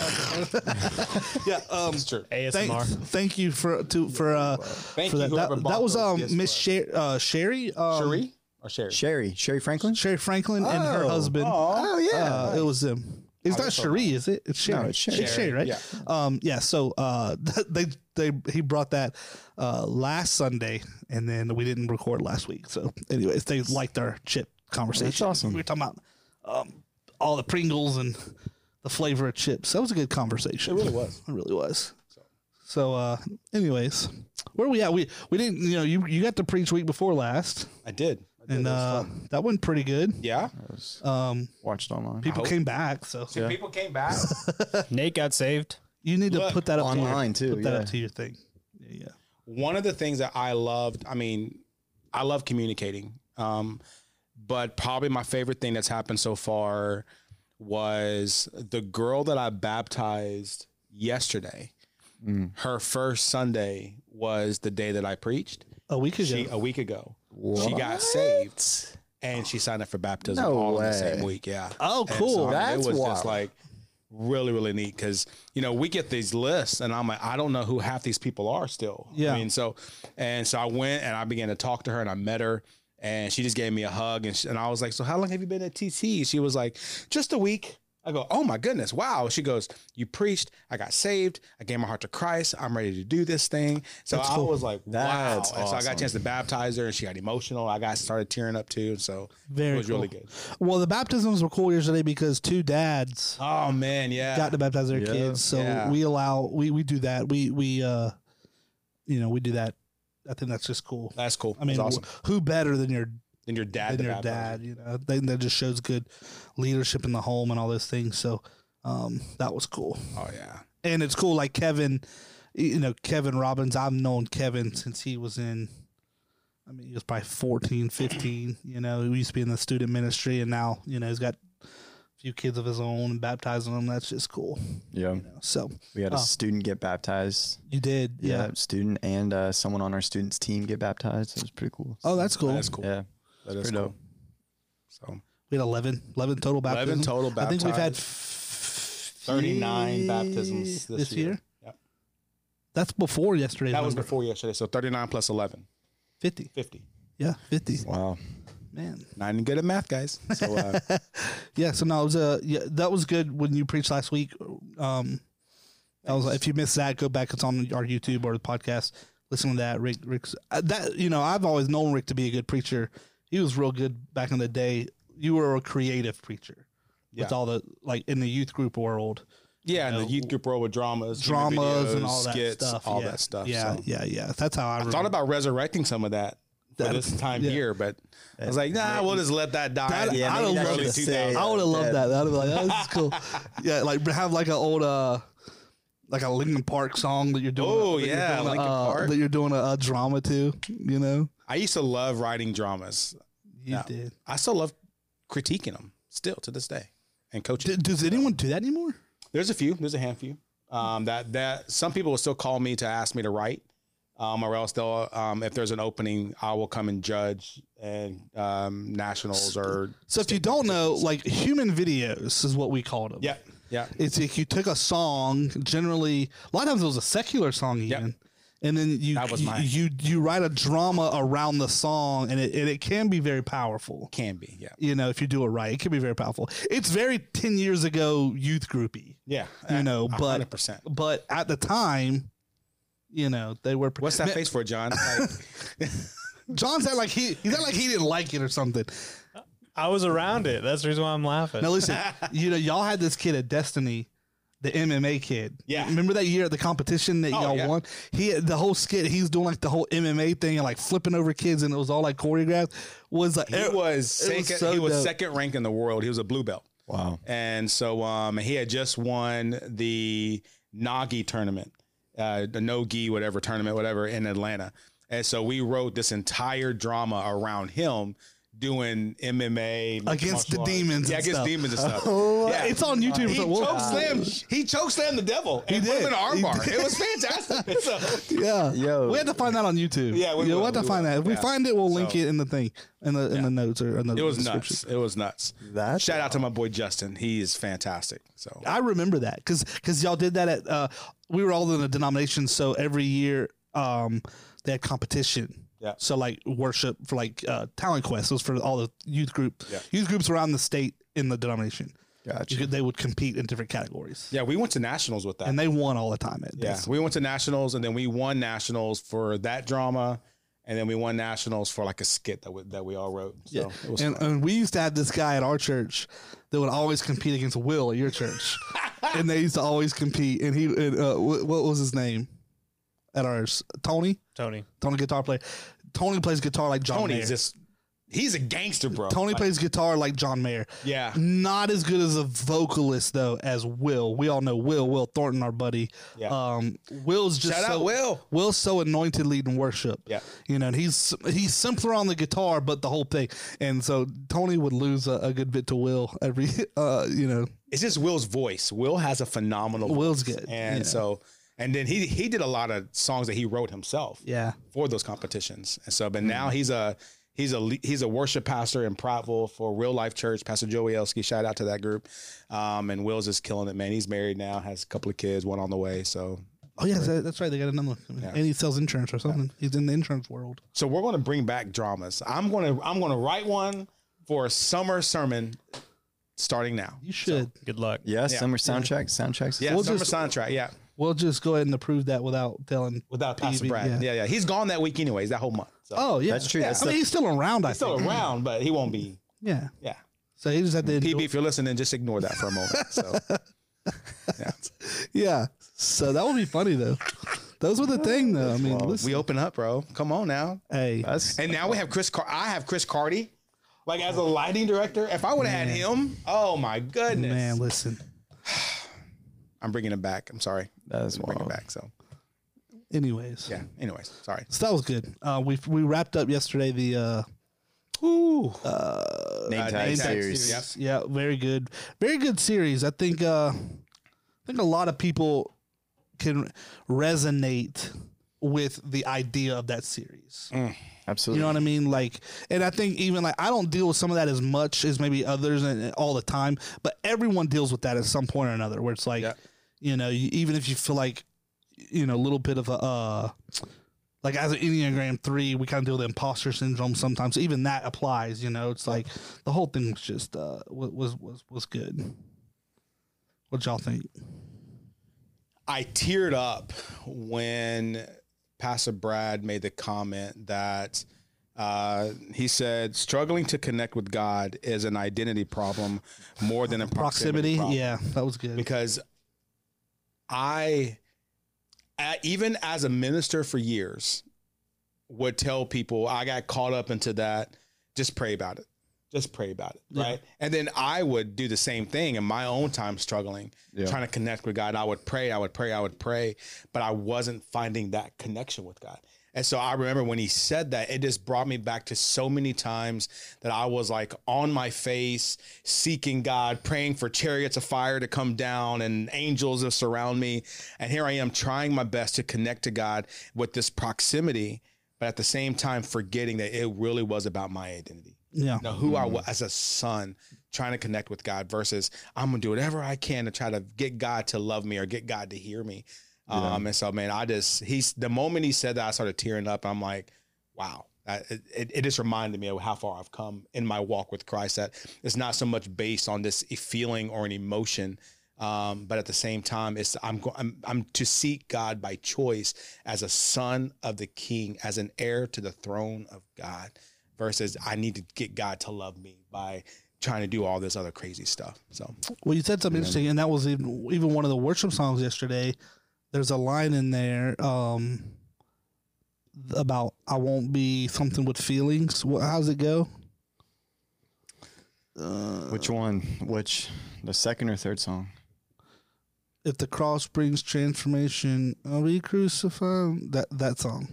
[SPEAKER 2] Yeah, um, it's true.
[SPEAKER 1] thank,
[SPEAKER 4] ASMR.
[SPEAKER 1] thank you for to for uh
[SPEAKER 2] Thank
[SPEAKER 1] for
[SPEAKER 2] you,
[SPEAKER 1] that.
[SPEAKER 2] whoever
[SPEAKER 1] That,
[SPEAKER 2] bought
[SPEAKER 1] that was
[SPEAKER 2] those.
[SPEAKER 1] um
[SPEAKER 2] Yes,
[SPEAKER 1] Miss Sher- uh, Sherry um,
[SPEAKER 2] Cherie or Sherry?
[SPEAKER 3] Sherry. Sherry Franklin?
[SPEAKER 1] Sherry Franklin and her
[SPEAKER 3] Oh.
[SPEAKER 1] husband.
[SPEAKER 3] Oh yeah.
[SPEAKER 1] Uh, it was them. It's not Cherie, is it? It's Sherry.
[SPEAKER 3] No, it's Sherry.
[SPEAKER 1] right?
[SPEAKER 2] yeah.
[SPEAKER 1] Um, yeah. So uh, they they he brought that uh, last Sunday, and then we didn't record last week. So, anyways, they liked our chip conversation.
[SPEAKER 3] That's awesome.
[SPEAKER 1] We were talking about um, all the Pringles and the flavor of chips. That was a good conversation.
[SPEAKER 2] It really was.
[SPEAKER 1] It really was. So, uh, anyways, where we at? We we didn't. You know, you you got to preach week before last,
[SPEAKER 2] I did. I did.
[SPEAKER 1] and
[SPEAKER 2] It was
[SPEAKER 1] uh,
[SPEAKER 2] fun.
[SPEAKER 1] that went pretty good.
[SPEAKER 2] yeah,
[SPEAKER 1] Um,
[SPEAKER 3] Watched online.
[SPEAKER 1] people
[SPEAKER 2] hope-
[SPEAKER 1] came back, so
[SPEAKER 4] Yeah.
[SPEAKER 2] people came back.
[SPEAKER 4] Nate got saved.
[SPEAKER 1] you need
[SPEAKER 2] Look,
[SPEAKER 1] to put that up to your-
[SPEAKER 3] online too,
[SPEAKER 1] Put that
[SPEAKER 3] yeah.
[SPEAKER 1] up to your thing. Yeah, yeah.
[SPEAKER 2] one of the things that I loved, I mean, I love communicating. Um, but probably my favorite thing that's happened so far was the girl that I baptized yesterday.
[SPEAKER 3] Mm.
[SPEAKER 2] Her first Sunday was the day that I preached.
[SPEAKER 1] A week ago.
[SPEAKER 2] She a week ago. She got
[SPEAKER 3] What?
[SPEAKER 2] saved and she signed up for baptism
[SPEAKER 3] No
[SPEAKER 2] all in
[SPEAKER 3] way.
[SPEAKER 2] the same week. Yeah.
[SPEAKER 1] oh,
[SPEAKER 2] And
[SPEAKER 1] cool.
[SPEAKER 2] so, I mean,
[SPEAKER 3] That's
[SPEAKER 2] it was
[SPEAKER 3] wild.
[SPEAKER 2] just like really, really neat because you know we get these lists, and I'm like, I don't know who half these people are still.
[SPEAKER 1] Yeah.
[SPEAKER 2] I mean, so and so I went and I began to talk to her, and I met her, and she just gave me a hug, and she, and I was like, so how long have you been at TT? She was like, just a week. I go, oh my goodness, wow. She goes, you preached, I got saved, I gave my heart to Christ, I'm ready to do this thing. So
[SPEAKER 1] That's
[SPEAKER 2] I
[SPEAKER 1] cool.
[SPEAKER 2] was like, wow.
[SPEAKER 3] That's
[SPEAKER 2] Oh, And so I got a
[SPEAKER 3] awesome.
[SPEAKER 2] chance to baptize her, and she got emotional. I got started tearing up too. So
[SPEAKER 1] Very
[SPEAKER 2] it was really
[SPEAKER 1] cool.
[SPEAKER 2] good.
[SPEAKER 1] well, the baptisms were cool yesterday because two dads
[SPEAKER 2] Oh man, yeah.
[SPEAKER 1] got to baptize their
[SPEAKER 3] Yeah.
[SPEAKER 1] kids. So
[SPEAKER 2] Yeah.
[SPEAKER 1] we allow we we do that. We we uh, you know, we do that. I think that's just cool.
[SPEAKER 2] That's cool.
[SPEAKER 1] I mean,
[SPEAKER 2] That's awesome.
[SPEAKER 1] wh- who better than your
[SPEAKER 2] Then your dad.
[SPEAKER 1] than
[SPEAKER 2] the
[SPEAKER 1] your
[SPEAKER 2] bad
[SPEAKER 1] dad?
[SPEAKER 2] brother.
[SPEAKER 1] You know, I think that just shows good leadership in the home and all those things. So um, that was cool.
[SPEAKER 2] Oh yeah.
[SPEAKER 1] and it's cool like kevin you know kevin robbins i've known kevin since he was in i mean he was probably 14 15 you know he used to be in the student ministry and now you know he's got a few kids of his own and baptizing them that's just cool
[SPEAKER 3] yeah.
[SPEAKER 1] you know so
[SPEAKER 3] We had a
[SPEAKER 1] Oh.
[SPEAKER 3] student get baptized.
[SPEAKER 1] you did yeah,
[SPEAKER 3] Yeah, student and uh, someone on our students team get baptized. It was pretty cool.
[SPEAKER 1] oh that's cool
[SPEAKER 2] That's cool.
[SPEAKER 3] Yeah,
[SPEAKER 2] That
[SPEAKER 3] pretty
[SPEAKER 2] is cool.
[SPEAKER 3] dope.
[SPEAKER 2] So
[SPEAKER 1] we had 11 11 total baptisms
[SPEAKER 2] eleven total
[SPEAKER 1] i think
[SPEAKER 2] baptisms.
[SPEAKER 1] we've had
[SPEAKER 2] thirty nine baptisms this,
[SPEAKER 1] this
[SPEAKER 2] year.
[SPEAKER 1] year?
[SPEAKER 2] Yep.
[SPEAKER 1] that's before yesterday's
[SPEAKER 2] That was
[SPEAKER 1] number.
[SPEAKER 2] before yesterday. So 39 plus 11,
[SPEAKER 1] 50
[SPEAKER 2] 50.
[SPEAKER 1] yeah 50
[SPEAKER 3] Wow.
[SPEAKER 1] man
[SPEAKER 2] Not even good at math, guys. So uh,
[SPEAKER 1] Yeah, so no, it was a yeah, that was good when you preached last week. Um, I was like, if you missed that, go back. It's on our YouTube or the podcast. Listen to that, Rick. Rick's uh, that you know I've always known Rick to be a good preacher. He was real good back in the day. You were a creative preacher with
[SPEAKER 2] Yeah.
[SPEAKER 1] all the like in the youth group world,
[SPEAKER 2] yeah, and the
[SPEAKER 1] know,
[SPEAKER 2] youth group world with dramas, music
[SPEAKER 1] dramas and
[SPEAKER 2] videos,
[SPEAKER 1] all that
[SPEAKER 2] skits,
[SPEAKER 1] stuff.
[SPEAKER 2] all
[SPEAKER 1] yeah.
[SPEAKER 2] that stuff.
[SPEAKER 1] Yeah,
[SPEAKER 2] So.
[SPEAKER 1] yeah, yeah. That's how I,
[SPEAKER 2] I
[SPEAKER 1] remember.
[SPEAKER 2] thought about resurrecting some of that. For
[SPEAKER 1] That-
[SPEAKER 2] this time
[SPEAKER 1] yeah.
[SPEAKER 2] here, but I was like, nah, we'll just let that die.
[SPEAKER 1] That- Yeah, I maybe don't that's love what it.
[SPEAKER 3] to say.
[SPEAKER 1] I would have loved that. That'd be like, oh, this is cool. yeah, like have like an old uh like a Linkin Park song that you're doing.
[SPEAKER 2] Oh,
[SPEAKER 1] that you're
[SPEAKER 2] yeah,
[SPEAKER 1] doing,
[SPEAKER 2] Linkin
[SPEAKER 1] uh,
[SPEAKER 2] Park.
[SPEAKER 1] That you're doing a, a drama to, you know.
[SPEAKER 2] I used to love writing dramas.
[SPEAKER 1] You
[SPEAKER 2] Yeah.
[SPEAKER 1] did.
[SPEAKER 2] I still love critiquing them still to this day and coaching.
[SPEAKER 1] D- does anyone do that anymore?
[SPEAKER 2] There's a few. There's a handful. Um, that that some people will still call me to ask me to write, um, or else they'll um, if there's an opening, I will come and judge and um, nationals or
[SPEAKER 1] So if you don't know, like human videos is what we called them.
[SPEAKER 2] yeah yeah
[SPEAKER 1] It's like you took a song, generally a lot of times it was a secular song
[SPEAKER 2] Yeah.
[SPEAKER 1] even. And then you,
[SPEAKER 2] That was
[SPEAKER 1] you
[SPEAKER 2] mine.
[SPEAKER 1] you you write a drama around the song and it and it can be very powerful.
[SPEAKER 2] can be yeah
[SPEAKER 1] You know, if you do it right, it can be very powerful. It's very ten years ago youth groupy.
[SPEAKER 2] yeah
[SPEAKER 1] you know, but
[SPEAKER 2] hundred percent.
[SPEAKER 1] but at the time, you know, they were.
[SPEAKER 2] What's that
[SPEAKER 1] Man,
[SPEAKER 2] face for, John? Like,
[SPEAKER 1] John said like he he said like he didn't like it or something.
[SPEAKER 4] I was around it. That's the reason why I'm laughing.
[SPEAKER 1] Now listen, you know, y'all had this kid at Destiny the MMA kid.
[SPEAKER 2] Yeah.
[SPEAKER 1] Remember that year at the competition that
[SPEAKER 2] Oh,
[SPEAKER 1] y'all
[SPEAKER 2] yeah.
[SPEAKER 1] won? He had the whole skit, he's doing like the whole MMA thing and like flipping over kids and it was all like choreographed. Was like
[SPEAKER 2] He was second.
[SPEAKER 1] so
[SPEAKER 2] he was
[SPEAKER 1] dope.
[SPEAKER 2] second ranked in the world. He was a blue belt,
[SPEAKER 3] Wow.
[SPEAKER 2] and so um, he had just won the Nagi tournament, uh, the no gi whatever tournament, whatever in Atlanta. And so we wrote this entire drama around him doing MMA
[SPEAKER 1] Against the
[SPEAKER 2] martial arts.
[SPEAKER 1] demons
[SPEAKER 2] Yeah,
[SPEAKER 1] and
[SPEAKER 2] against
[SPEAKER 1] stuff. Oh,
[SPEAKER 2] demons and stuff. yeah.
[SPEAKER 1] It's on YouTube.
[SPEAKER 2] He
[SPEAKER 1] It's like, whoa.
[SPEAKER 2] choke slammed. He choke slammed the devil. He
[SPEAKER 1] did.
[SPEAKER 2] Put him in an
[SPEAKER 1] He
[SPEAKER 2] armbar.
[SPEAKER 1] did.
[SPEAKER 2] It was fantastic. So-
[SPEAKER 1] Yeah.
[SPEAKER 3] Yo.
[SPEAKER 1] We had to find that on YouTube.
[SPEAKER 2] Yeah, we
[SPEAKER 1] we
[SPEAKER 2] will,
[SPEAKER 1] had to
[SPEAKER 2] we
[SPEAKER 1] find
[SPEAKER 2] will.
[SPEAKER 1] that. If we
[SPEAKER 2] Yeah.
[SPEAKER 1] find it, we'll link
[SPEAKER 2] So-
[SPEAKER 1] it in the thing, in the in the notes or in the
[SPEAKER 2] it was
[SPEAKER 1] description.
[SPEAKER 2] nuts. It was nuts.
[SPEAKER 3] That's
[SPEAKER 2] Shout out to my boy Justin. He is fantastic. So
[SPEAKER 1] I remember that because y'all did that at uh, we were all in a denomination, so every year um they had competition.
[SPEAKER 2] Yeah.
[SPEAKER 1] So like worship for like uh, talent quest was for all the youth group
[SPEAKER 2] Yeah.
[SPEAKER 1] youth groups around the state in the denomination. You
[SPEAKER 3] Gotcha.
[SPEAKER 1] could, they would compete in different categories,
[SPEAKER 2] yeah, we went to nationals with that.
[SPEAKER 1] and they won all the time. At
[SPEAKER 2] yeah,
[SPEAKER 1] this.
[SPEAKER 2] we went to nationals and then we won nationals for that drama, and then we won nationals for like a skit that we, that we all wrote. So
[SPEAKER 1] Yeah.
[SPEAKER 2] it was
[SPEAKER 1] and, and we used to have this guy at our church that would always compete against Will at your church, and they used to always compete. And he, and, uh, what, what was his name at ours? Tony,
[SPEAKER 4] Tony.
[SPEAKER 1] Tony guitar player. Tony plays guitar like John.
[SPEAKER 2] Tony
[SPEAKER 1] Mayer.
[SPEAKER 2] is just he's a gangster, bro.
[SPEAKER 1] Tony
[SPEAKER 2] Like,
[SPEAKER 1] plays guitar like John Mayer.
[SPEAKER 2] yeah.
[SPEAKER 1] Not as good as a vocalist though as Will. We all know Will. Will Thornton, our buddy.
[SPEAKER 2] Yeah.
[SPEAKER 1] Um, Will's just
[SPEAKER 2] Shout
[SPEAKER 1] so,
[SPEAKER 2] out Will.
[SPEAKER 1] Will's so anointed leading worship.
[SPEAKER 2] Yeah.
[SPEAKER 1] You know, and he's he's simpler on the guitar, but the whole thing. And so Tony would lose a, a good bit to Will every. Uh, you know,
[SPEAKER 2] It's just Will's voice. Will has a phenomenal.
[SPEAKER 1] Will's
[SPEAKER 2] voice.
[SPEAKER 1] good,
[SPEAKER 2] and
[SPEAKER 1] yeah.
[SPEAKER 2] so and then he he did a lot of songs that he wrote himself.
[SPEAKER 1] yeah.
[SPEAKER 2] for those competitions. And so, but
[SPEAKER 1] Mm.
[SPEAKER 2] now he's a he's a le- he's a worship pastor in Prattville for Real Life Church. Pastor Joey Elski, shout out to that group. Um, and Will's just killing it, man. He's married now, has a couple of kids, one on the way. So,
[SPEAKER 1] Oh yeah, that- that's right. They got another one. coming.
[SPEAKER 2] Yeah.
[SPEAKER 1] And he sells insurance or something. He's in the insurance world.
[SPEAKER 2] so we're going to bring back dramas. I'm gonna I'm gonna write one for a summer sermon starting now.
[SPEAKER 1] You should.
[SPEAKER 4] Good luck.
[SPEAKER 3] Yeah,
[SPEAKER 2] Yeah.
[SPEAKER 3] summer soundtrack. Soundtracks.
[SPEAKER 2] Yeah,
[SPEAKER 1] We'll
[SPEAKER 2] summer
[SPEAKER 1] just-
[SPEAKER 2] soundtrack. Yeah,
[SPEAKER 1] We'll just go ahead and approve that without telling.
[SPEAKER 2] without Pastor
[SPEAKER 1] PB,
[SPEAKER 2] Brad.
[SPEAKER 1] yeah.
[SPEAKER 2] Yeah. yeah, He's gone that week anyways. That whole month. So.
[SPEAKER 1] Oh yeah,
[SPEAKER 3] That's true. That's
[SPEAKER 1] I mean,
[SPEAKER 3] the-
[SPEAKER 1] he's still around. I
[SPEAKER 2] he's still
[SPEAKER 1] think.
[SPEAKER 2] around, but he won't be.
[SPEAKER 1] Yeah.
[SPEAKER 2] Yeah.
[SPEAKER 1] So he just had to.
[SPEAKER 2] PB, if you're listening, just ignore that for a moment. So, yeah.
[SPEAKER 1] Yeah. So that would be funny though. Those were the thing though. I mean, listen,
[SPEAKER 2] we open up, bro. Come on now.
[SPEAKER 1] hey,
[SPEAKER 3] That's
[SPEAKER 2] And now we have Chris. Car- I have Chris Cardi, like as a lighting director. If I would have had him, oh my goodness!
[SPEAKER 1] man, listen.
[SPEAKER 2] I'm bringing it back. I'm sorry,
[SPEAKER 3] that is
[SPEAKER 2] bring it
[SPEAKER 3] wild.
[SPEAKER 2] back. So
[SPEAKER 1] Anyways,
[SPEAKER 2] yeah. Anyways, sorry.
[SPEAKER 1] So that was good. Uh, we we wrapped up yesterday the uh,
[SPEAKER 2] Ooh,
[SPEAKER 3] Name tag
[SPEAKER 2] Uh, name tag
[SPEAKER 3] series.
[SPEAKER 2] series. Yep.
[SPEAKER 1] yeah, very good, very good series. I think uh, I think a lot of people can resonate with the idea of that series.
[SPEAKER 3] Absolutely.
[SPEAKER 1] You know what I mean? Like, and I think even like I don't deal with some of that as much as maybe others and, and all the time, but everyone deals with that at some point or another. Where it's like,
[SPEAKER 2] Yeah.
[SPEAKER 1] you know, you, even if you feel like, you know, a little bit of a, uh, like as an Enneagram three, we kind of deal with imposter syndrome sometimes. even that applies. You know, it's like the whole thing was just uh, wa- was was was good. What y'all think?
[SPEAKER 2] I teared up when Pastor Brad made the comment that uh, he said struggling to connect with God is an identity problem more than a
[SPEAKER 1] Proximity,
[SPEAKER 2] proximity. problem.
[SPEAKER 1] yeah, that was good.
[SPEAKER 2] because I, a- even as a minister for years, would tell people I got caught up into that. Just pray about it. Just pray about it,
[SPEAKER 1] Yeah.
[SPEAKER 2] right? And then I would do the same thing in my own time, struggling,
[SPEAKER 3] Yeah.
[SPEAKER 2] trying to connect with God. I would pray, I would pray, I would pray, but I wasn't finding that connection with God. And so I remember when he said that, it just brought me back to so many times that I was like on my face, seeking God, praying for chariots of fire to come down and angels to surround me. And here I am trying my best to connect to God with this proximity, but at the same time, forgetting that it really was about my identity
[SPEAKER 1] Yeah,
[SPEAKER 2] know who I was as a son trying to connect with God versus I'm gonna do whatever I can to try to get God to love me or get God to hear me. Um, and so man, I just he's the moment he said that I started tearing up. I'm like, wow. I, it, it just reminded me of how far I've come in my walk with Christ. That it's not so much based on this e, feeling or an emotion, um, but at the same time, it's I'm, go- I'm I'm to seek God by choice as a son of the King, as an heir to the throne of God versus I need to get God to love me by trying to do all this other crazy stuff. So
[SPEAKER 1] Well, you said something interesting, and that was even even one of the worship songs yesterday. There's a line in there um, about I won't be something with feelings. What, how's it go?
[SPEAKER 3] Which one? Which the second or third song?
[SPEAKER 1] If the cross brings transformation, I'll be crucified. That that song.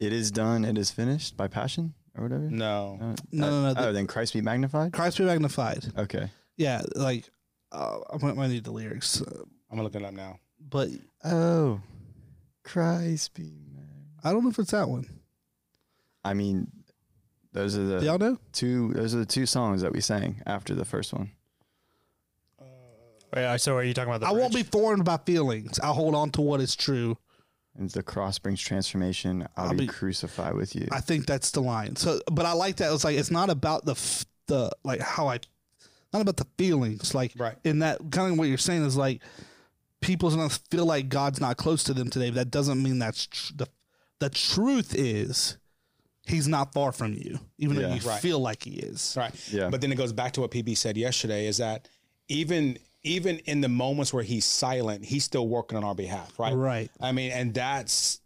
[SPEAKER 3] It is done. It is finished by Passion or whatever. No,
[SPEAKER 2] no,
[SPEAKER 1] No,
[SPEAKER 3] Uh,
[SPEAKER 1] no, no, the-
[SPEAKER 3] oh, then Christ be magnified.
[SPEAKER 1] Christ be magnified.
[SPEAKER 3] Okay.
[SPEAKER 1] Yeah, like uh, I might, might need the lyrics, uh,
[SPEAKER 2] I'm gonna look it up now.
[SPEAKER 1] but
[SPEAKER 3] Oh, Christ be. mag-
[SPEAKER 1] I don't know if it's that one.
[SPEAKER 3] I mean, those are
[SPEAKER 1] Do
[SPEAKER 3] the
[SPEAKER 1] y'all know?
[SPEAKER 3] two. Those are the two songs that we sang after the first one.
[SPEAKER 4] Wait, I- so are you talking about the
[SPEAKER 1] I won't be
[SPEAKER 4] bridge?
[SPEAKER 1] formed by feelings. I hold on to what is true.
[SPEAKER 3] And the cross brings transformation. I'll,
[SPEAKER 1] I'll
[SPEAKER 3] be,
[SPEAKER 1] be-
[SPEAKER 3] crucified with you.
[SPEAKER 1] I think that's the line. So, but I like that. It's like it's not about the f- the like how I, not about the feelings. Like
[SPEAKER 2] Right.
[SPEAKER 1] in that kind of what you're saying is like people sometimes feel like God's not close to them today. But that doesn't mean that's tr- the the truth is He's not far from you, even though
[SPEAKER 3] Yeah.
[SPEAKER 1] you
[SPEAKER 2] Right.
[SPEAKER 1] feel like He is.
[SPEAKER 2] Right.
[SPEAKER 3] Yeah.
[SPEAKER 2] But then it goes back to what PB said yesterday is that even even in the moments where he's silent, he's still working on our behalf, right?
[SPEAKER 1] Right.
[SPEAKER 2] I mean, and that's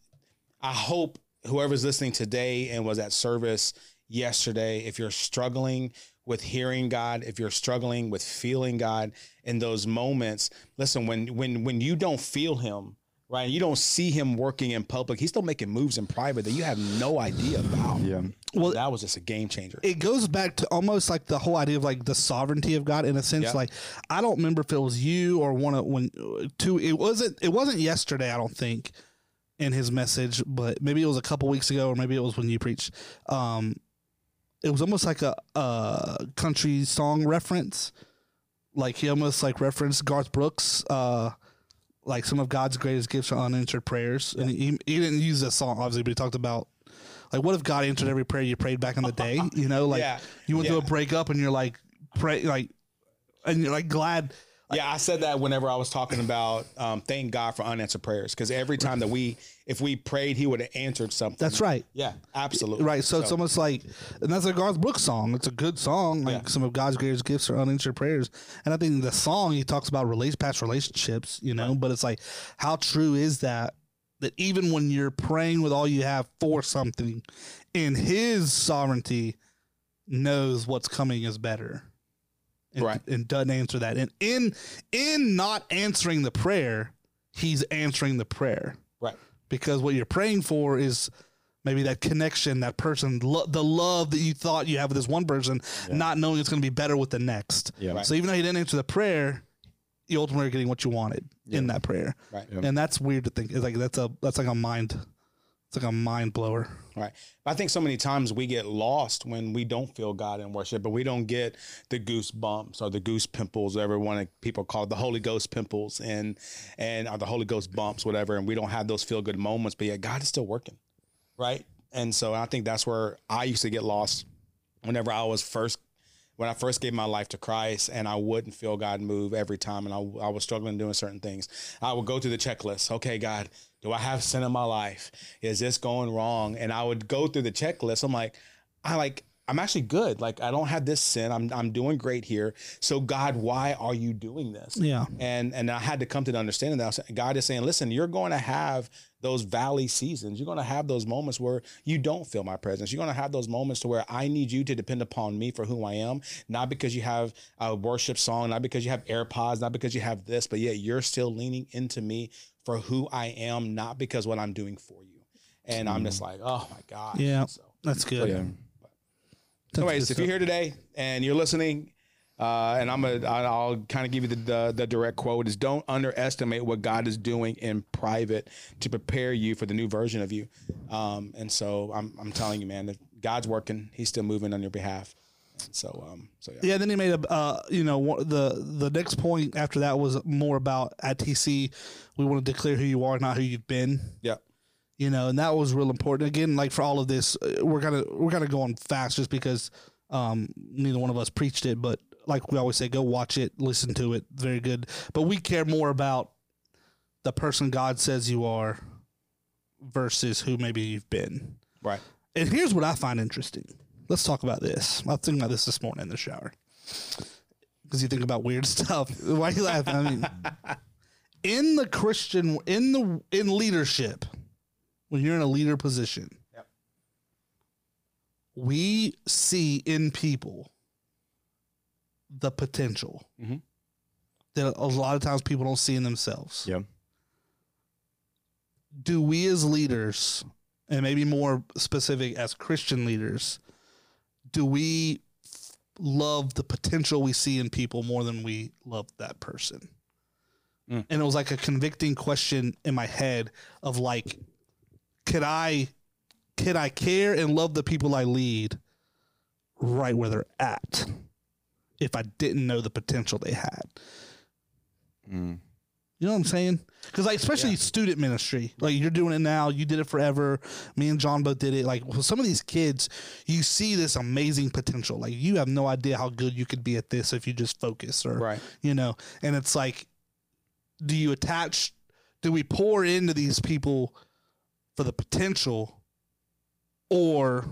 [SPEAKER 2] I hope whoever's listening today and was at service yesterday, if you're struggling with hearing God, if you're struggling with feeling God in those moments, listen, when when when you don't feel him, right? You don't see him working in public, he's still making moves in private that you have no idea about.
[SPEAKER 3] yeah.
[SPEAKER 1] Well,
[SPEAKER 2] That was just a game changer.
[SPEAKER 1] it goes back to almost like the whole idea of like the sovereignty of God in a sense.
[SPEAKER 2] Yeah.
[SPEAKER 1] Like I don't remember if it was you or one of when two. It wasn't. It wasn't yesterday. I don't think in his message, but maybe it was a couple weeks ago, or maybe it was when you preached. Um, it was almost like a, a country song reference. Like he almost like referenced Garth Brooks. Uh, like some of God's greatest gifts are unanswered prayers, and he, he didn't use that song obviously, but he talked about. Like, what if God answered every prayer you prayed back in the day? You know, like
[SPEAKER 2] Yeah.
[SPEAKER 1] you went through a
[SPEAKER 2] Yeah.
[SPEAKER 1] breakup and you're like pray like and you're like glad
[SPEAKER 2] Yeah, I said that whenever I was talking about um, thank God for unanswered prayers because every time that we, if we prayed, He would have answered something.
[SPEAKER 1] that's right
[SPEAKER 2] Yeah, absolutely.
[SPEAKER 1] right so, it's almost like and that's a garth brooks song it's a good song like some of god's greatest gifts are unanswered prayers and i think the song he talks about relate past relationships you know but it's like how true is that that even when you're praying with all you have for something in his sovereignty knows what's coming is better and,
[SPEAKER 2] Right.
[SPEAKER 1] and doesn't answer that and in in not answering the prayer he's answering the prayer
[SPEAKER 2] Right.
[SPEAKER 1] because what you're praying for is maybe that connection, that person, lo- the love that you thought you have with this one person, not knowing it's going to be better with the next.
[SPEAKER 3] Yeah.
[SPEAKER 2] Right.
[SPEAKER 1] So even though you didn't answer the prayer, you ultimately are getting what you wanted in that prayer,
[SPEAKER 2] Right.
[SPEAKER 1] and that's weird to think. It's like that's a that's like a mind, it's like a mind blower.
[SPEAKER 2] Right. I think so many times we get lost when we don't feel God in worship, but we don't get the goosebumps or the goose pimples, whatever one of people call it, the Holy Ghost pimples and and or the Holy Ghost bumps, whatever. And we don't have those feel good moments, but yet God is still working. Right. And so I think that's where I used to get lost whenever I was first when I first gave my life to Christ and I wouldn't feel God move every time and I, I was struggling doing certain things. I would go through the checklist. Okay, God, do I have sin in my life? Is this going wrong? And I would go through the checklist. I'm like, I like, I'm actually good. Like I don't have this sin. I'm I'm doing great here. So God, why are you doing this?
[SPEAKER 1] Yeah.
[SPEAKER 2] And and I had to come to the understanding that I was- God is saying, listen, you're going to have those valley seasons. You're going to have those moments where you don't feel my presence. You're going to have those moments to where I need you to depend upon me for who I am, not because you have a worship song, not because you have AirPods, not because you have this, but yet you're still leaning into me for who I am, not because what I'm doing for you. And I'm just like, oh my God.
[SPEAKER 1] Yeah.
[SPEAKER 2] So,
[SPEAKER 1] That's good.
[SPEAKER 3] Yeah.
[SPEAKER 1] That's
[SPEAKER 2] Anyways,
[SPEAKER 1] good
[SPEAKER 2] if you're
[SPEAKER 1] stuff.
[SPEAKER 2] here today and you're listening, uh, and I'm a, I- I'll kind of give you the, the the direct quote is don't underestimate what God is doing in private to prepare you for the new version of you. Um, and so I'm I'm telling you, man, that God's working. He's still moving on your behalf. And so um, so yeah.
[SPEAKER 1] Yeah, then he made a uh, you know one- the the next point after that was more about at TC, we want to declare who you are, not who you've been.
[SPEAKER 2] yeah,
[SPEAKER 1] you know, and that was real important. Again, like for all of this, uh, we're gonna we're gonna go on fast just because um, neither one of us preached it, but like we always say, go watch it, listen to it, very good. But we care more about the person God says you are versus who maybe you've been.
[SPEAKER 2] right,
[SPEAKER 1] And here's what I find interesting Let's talk about this. I was thinking about this this morning in the shower because you think about weird stuff. Why are you laughing? I mean, in the Christian, in the in leadership, when you're in a leader position,
[SPEAKER 2] Yep.
[SPEAKER 1] we see in people the potential
[SPEAKER 2] Mhm.
[SPEAKER 1] that a lot of times people don't see in themselves.
[SPEAKER 3] Yep.
[SPEAKER 1] Do we as leaders, and maybe more specific as Christian leaders, do we love the potential we see in people more than we love that person?
[SPEAKER 2] Mm.
[SPEAKER 1] And it was like a convicting question in my head of like, could I could I care and love the people I lead right where they're at if I didn't know the potential they had?
[SPEAKER 3] Mm.
[SPEAKER 1] You know what I'm saying? Because like especially student ministry, like you're doing it now, you did it forever. Me and John both did it. Like with some of these kids, you see this amazing potential. Like you have no idea how good you could be at this if you just focus or
[SPEAKER 2] Right.
[SPEAKER 1] you know. And it's like, do you attach? Do we pour into these people for the potential, or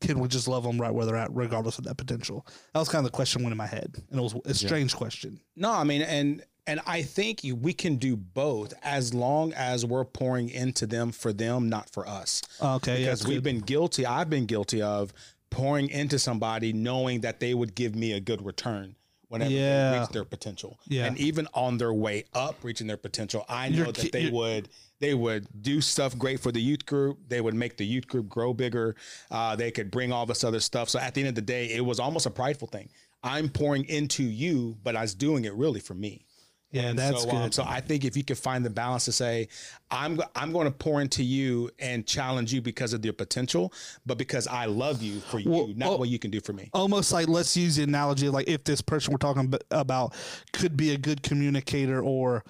[SPEAKER 1] can we just love them right where they're at, regardless of that potential? That was kind of the question went in my head, and it was a strange question.
[SPEAKER 2] No, I mean, and and I think you, we can do both as long as we're pouring into them for them, not for us.
[SPEAKER 1] Okay, yeah,
[SPEAKER 2] because
[SPEAKER 1] that's
[SPEAKER 2] we've
[SPEAKER 1] good.
[SPEAKER 2] been guilty. I've been guilty of pouring into somebody, knowing that they would give me a good return whenever they
[SPEAKER 1] Yeah.
[SPEAKER 2] reach their potential.
[SPEAKER 1] Yeah.
[SPEAKER 2] and even on their way up, reaching their potential, I know
[SPEAKER 1] You're ki-
[SPEAKER 2] that they
[SPEAKER 1] you're-
[SPEAKER 2] would they would do stuff great for the youth group. They would make the youth group grow bigger. Uh, they could bring all this other stuff. So at the end of the day, it was almost a prideful thing. I'm pouring into you, but I was doing it really for me.
[SPEAKER 1] yeah,
[SPEAKER 2] And
[SPEAKER 1] that's
[SPEAKER 2] so,
[SPEAKER 1] good.
[SPEAKER 2] um, so I think if you could find the balance to say, I'm go- I'm going to pour into you and challenge you because of your potential, but because I love you for you,
[SPEAKER 1] Well,
[SPEAKER 2] not
[SPEAKER 1] oh.
[SPEAKER 2] what you can do for me.
[SPEAKER 1] almost like let's use the analogy of like if this person we're talking ab- about could be a good communicator or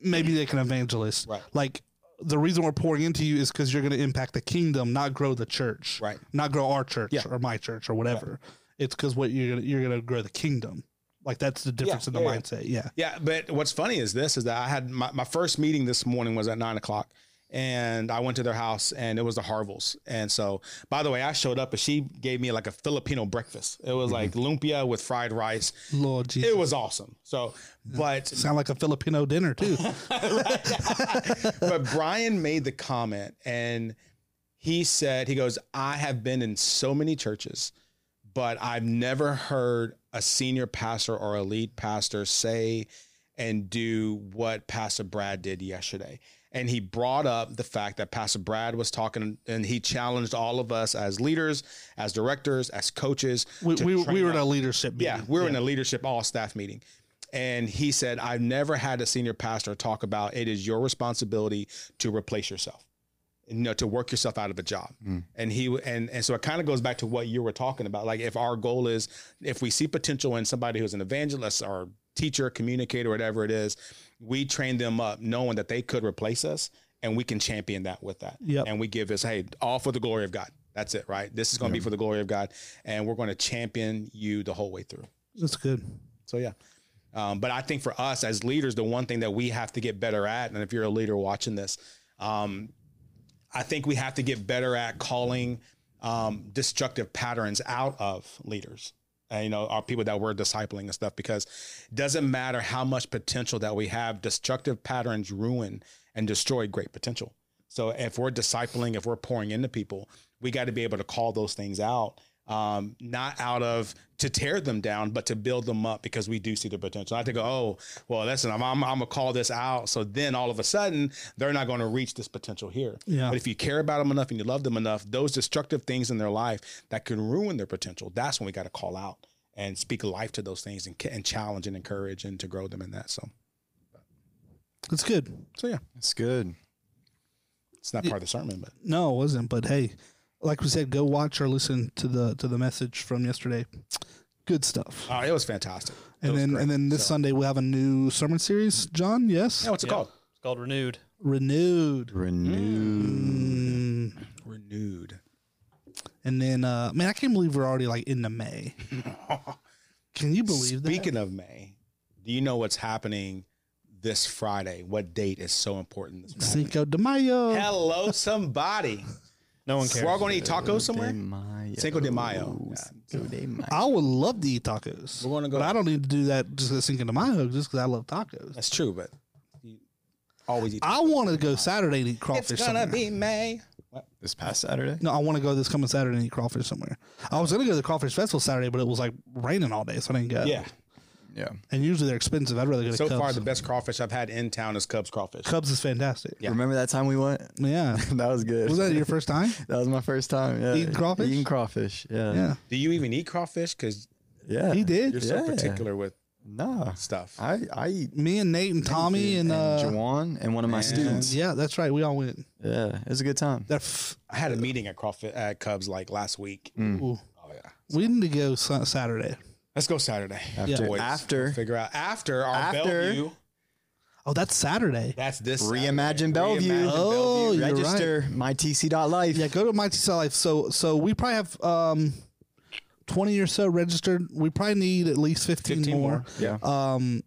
[SPEAKER 1] maybe they can evangelist
[SPEAKER 2] Right.
[SPEAKER 1] like the reason we're pouring into you is because you're going to impact the kingdom not grow the church
[SPEAKER 2] Right.
[SPEAKER 1] not grow our church
[SPEAKER 2] Yeah.
[SPEAKER 1] or my church or whatever it's because what you're gonna you're gonna grow the kingdom like that's the difference in the
[SPEAKER 2] yeah, yeah.
[SPEAKER 1] mindset yeah
[SPEAKER 2] Yeah, but what's funny is this is that I had my, my first meeting this morning was at nine o'clock, and I went to their house and it was the Harvels. And so, by the way, I showed up and she gave me like a Filipino breakfast. It
[SPEAKER 1] Mm-hmm.
[SPEAKER 2] was like lumpia with fried rice.
[SPEAKER 1] lord jesus
[SPEAKER 2] It was awesome. So, but
[SPEAKER 1] sound like a filipino dinner too
[SPEAKER 2] but Brian made the comment and he said, he goes, I have been in so many churches, but I've never heard a senior pastor or a lead pastor say and do what Pastor Brad did yesterday. And he brought up the fact that Pastor Brad was talking and he challenged all of us as leaders, as directors, as coaches.
[SPEAKER 1] we,
[SPEAKER 2] to
[SPEAKER 1] we, we
[SPEAKER 2] train
[SPEAKER 1] were in
[SPEAKER 2] up.
[SPEAKER 1] a leadership meeting.
[SPEAKER 2] Yeah, we were in a leadership all staff meeting. And he said, I've never had a senior pastor talk about it is your responsibility to replace yourself, you know, to work yourself out of a job.
[SPEAKER 3] Mm.
[SPEAKER 2] And he and and so it kind of goes back to what you were talking about. Like if our goal is if we see potential in somebody who's an evangelist or teacher, communicator, whatever it is, we train them up knowing that they could replace us and we can champion that with that.
[SPEAKER 1] Yep.
[SPEAKER 2] And we give this, hey, all for the glory of God. That's it, right? This is going to be for the glory of God. And we're going to champion you the whole way through.
[SPEAKER 1] that's good
[SPEAKER 2] So yeah. Um, but I think for us as leaders, the one thing that we have to get better at, and if you're a leader watching this, um, I think we have to get better at calling um, destructive patterns out of leaders. And, you know, our people that we're discipling and stuff, because it doesn't matter how much potential that we have, destructive patterns ruin and destroy great potential. So if we're discipling, if we're pouring into people, we got to be able to call those things out, um, not out of to tear them down, but to build them up because we do see the potential. I think, oh, well, listen, I'm, I'm, I'm gonna call this out. So then all of a sudden, they're not going to reach this potential here.
[SPEAKER 1] Yeah.
[SPEAKER 2] But if you care about them enough and you love them enough, those destructive things in their life that can ruin their potential, that's when we got to call out and speak life to those things and, ca- and challenge and encourage and to grow them in that. So,
[SPEAKER 1] that's good
[SPEAKER 2] so yeah,
[SPEAKER 3] That's good.
[SPEAKER 2] it's not part of the sermon, but
[SPEAKER 1] No, it wasn't. But hey, like we said, go watch or listen to the to the message from yesterday. Good stuff.
[SPEAKER 2] oh, it was fantastic. It
[SPEAKER 1] and
[SPEAKER 2] was
[SPEAKER 1] then
[SPEAKER 2] great.
[SPEAKER 1] and then this
[SPEAKER 2] So-
[SPEAKER 1] Sunday we'll have a new sermon series. John, yes,
[SPEAKER 2] yeah, what's it
[SPEAKER 4] Yeah.
[SPEAKER 2] called?
[SPEAKER 4] It's called Renewed.
[SPEAKER 1] renewed.
[SPEAKER 3] Renew.
[SPEAKER 1] Mm.
[SPEAKER 2] Renewed.
[SPEAKER 1] And then, uh, man, I can't believe we're already like into May. Can you believe that?
[SPEAKER 2] Speaking of May, do you know what's happening this Friday? What date is so important this Friday?
[SPEAKER 1] Cinco de Mayo.
[SPEAKER 2] Hello, somebody.
[SPEAKER 4] No one cares.
[SPEAKER 2] We're all going to eat tacos somewhere.
[SPEAKER 3] De Mayo.
[SPEAKER 2] Cinco de Mayo.
[SPEAKER 3] Cinco de Mayo.
[SPEAKER 1] I would love to eat tacos.
[SPEAKER 2] We're gonna go-
[SPEAKER 1] But I don't need to do that just because Cinco de Mayo, just because I love tacos.
[SPEAKER 2] That's true, but you always eat.
[SPEAKER 1] I want to go Saturday and eat crawfish. somewhere.
[SPEAKER 2] May.
[SPEAKER 3] This past Saturday.
[SPEAKER 1] No, I want to go this coming Saturday and eat crawfish somewhere. I was gonna go to the crawfish festival Saturday, but it was like raining all day, so I didn't go.
[SPEAKER 2] Yeah.
[SPEAKER 3] Yeah.
[SPEAKER 1] and usually they're expensive. I'd rather go to
[SPEAKER 2] So
[SPEAKER 1] Cubs.
[SPEAKER 2] far, the best crawfish I've had in town is Cubs crawfish.
[SPEAKER 1] Cubs is fantastic.
[SPEAKER 2] Yeah.
[SPEAKER 3] Remember that time we went?
[SPEAKER 1] yeah.
[SPEAKER 3] that was good.
[SPEAKER 1] Was that your first time?
[SPEAKER 3] That was my first time. Yeah.
[SPEAKER 1] Eating crawfish?
[SPEAKER 3] Eating crawfish. Yeah.
[SPEAKER 1] Yeah,
[SPEAKER 2] Do you even eat crawfish? Because
[SPEAKER 3] Yeah.
[SPEAKER 1] he
[SPEAKER 2] you're
[SPEAKER 1] did.
[SPEAKER 2] so
[SPEAKER 3] Yeah.
[SPEAKER 2] particular with
[SPEAKER 3] Nah.
[SPEAKER 2] stuff.
[SPEAKER 3] I I eat
[SPEAKER 1] Me and Nate and Tommy and, uh,
[SPEAKER 3] Jawan and one of my
[SPEAKER 2] and-
[SPEAKER 3] students.
[SPEAKER 1] yeah, that's right. We all went.
[SPEAKER 3] Yeah, it was a good time.
[SPEAKER 1] That f-
[SPEAKER 2] I had a meeting at crawfish at Cubs like last week.
[SPEAKER 3] Mm.
[SPEAKER 1] ooh.
[SPEAKER 2] Oh yeah.
[SPEAKER 1] we need to go Sa- Saturday.
[SPEAKER 2] Let's go Saturday.
[SPEAKER 3] After
[SPEAKER 2] Boys,
[SPEAKER 3] after
[SPEAKER 2] figure out after our
[SPEAKER 3] After-
[SPEAKER 2] Bellevue.
[SPEAKER 1] Oh, that's Saturday.
[SPEAKER 2] That's this
[SPEAKER 3] Reimagine
[SPEAKER 2] Saturday.
[SPEAKER 3] Bellevue.
[SPEAKER 2] Reimagine
[SPEAKER 1] Oh,
[SPEAKER 2] Bellevue.
[SPEAKER 1] you're right.
[SPEAKER 3] register mytc.life.
[SPEAKER 1] Yeah, go to Mighty Cell Life. So so we probably have um twenty or so registered. We probably need at least fifteen,
[SPEAKER 2] 15
[SPEAKER 1] more.
[SPEAKER 2] more.
[SPEAKER 3] Yeah.
[SPEAKER 1] Um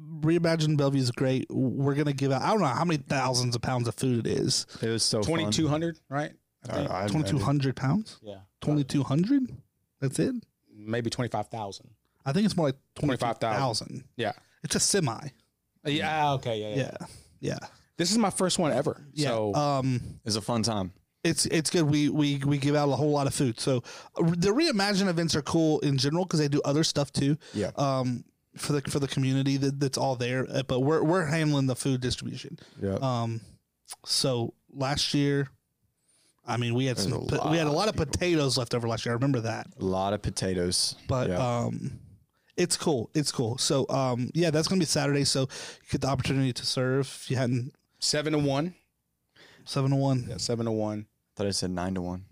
[SPEAKER 1] Reimagine Bellevue is great. We're gonna give out I don't know how many thousands of pounds of food it is.
[SPEAKER 3] It was
[SPEAKER 2] Oh,
[SPEAKER 3] so fun.
[SPEAKER 2] 2200, right? I
[SPEAKER 3] Uh,
[SPEAKER 2] think.
[SPEAKER 3] I-
[SPEAKER 1] Twenty two hundred pounds?
[SPEAKER 2] yeah.
[SPEAKER 1] Twenty two hundred? That's it?
[SPEAKER 2] Maybe 25,000.
[SPEAKER 1] I think it's more like twenty five
[SPEAKER 2] 25,000.
[SPEAKER 1] thousand.
[SPEAKER 2] Yeah.
[SPEAKER 1] It's a semi.
[SPEAKER 2] Yeah. Ah, Okay. Yeah, yeah.
[SPEAKER 1] Yeah. Yeah.
[SPEAKER 2] This is my first one ever.
[SPEAKER 1] Yeah.
[SPEAKER 2] So
[SPEAKER 1] um
[SPEAKER 3] It was a fun time.
[SPEAKER 1] it's it's good. We we we give out a whole lot of food. So uh, the reimagine events are cool in general because they do other stuff too.
[SPEAKER 3] Yeah.
[SPEAKER 1] Um, for the for the community that, that's all there, Uh, but we're we're handling the food distribution.
[SPEAKER 3] Yeah.
[SPEAKER 1] Um, so last year, I mean, we had
[SPEAKER 3] There's
[SPEAKER 1] some
[SPEAKER 3] a
[SPEAKER 1] po- we had a lot
[SPEAKER 3] lot
[SPEAKER 1] of
[SPEAKER 3] of people.
[SPEAKER 1] potatoes left over last year. I remember that.
[SPEAKER 3] a lot of potatoes.
[SPEAKER 1] But
[SPEAKER 3] Yeah.
[SPEAKER 1] um, it's cool. It's cool. So um, yeah, that's gonna be Saturday. So you get the opportunity to serve. If you hadn't
[SPEAKER 2] seven to one.
[SPEAKER 1] seven to one.
[SPEAKER 2] Yeah, seven to one.
[SPEAKER 3] thought I said nine to one.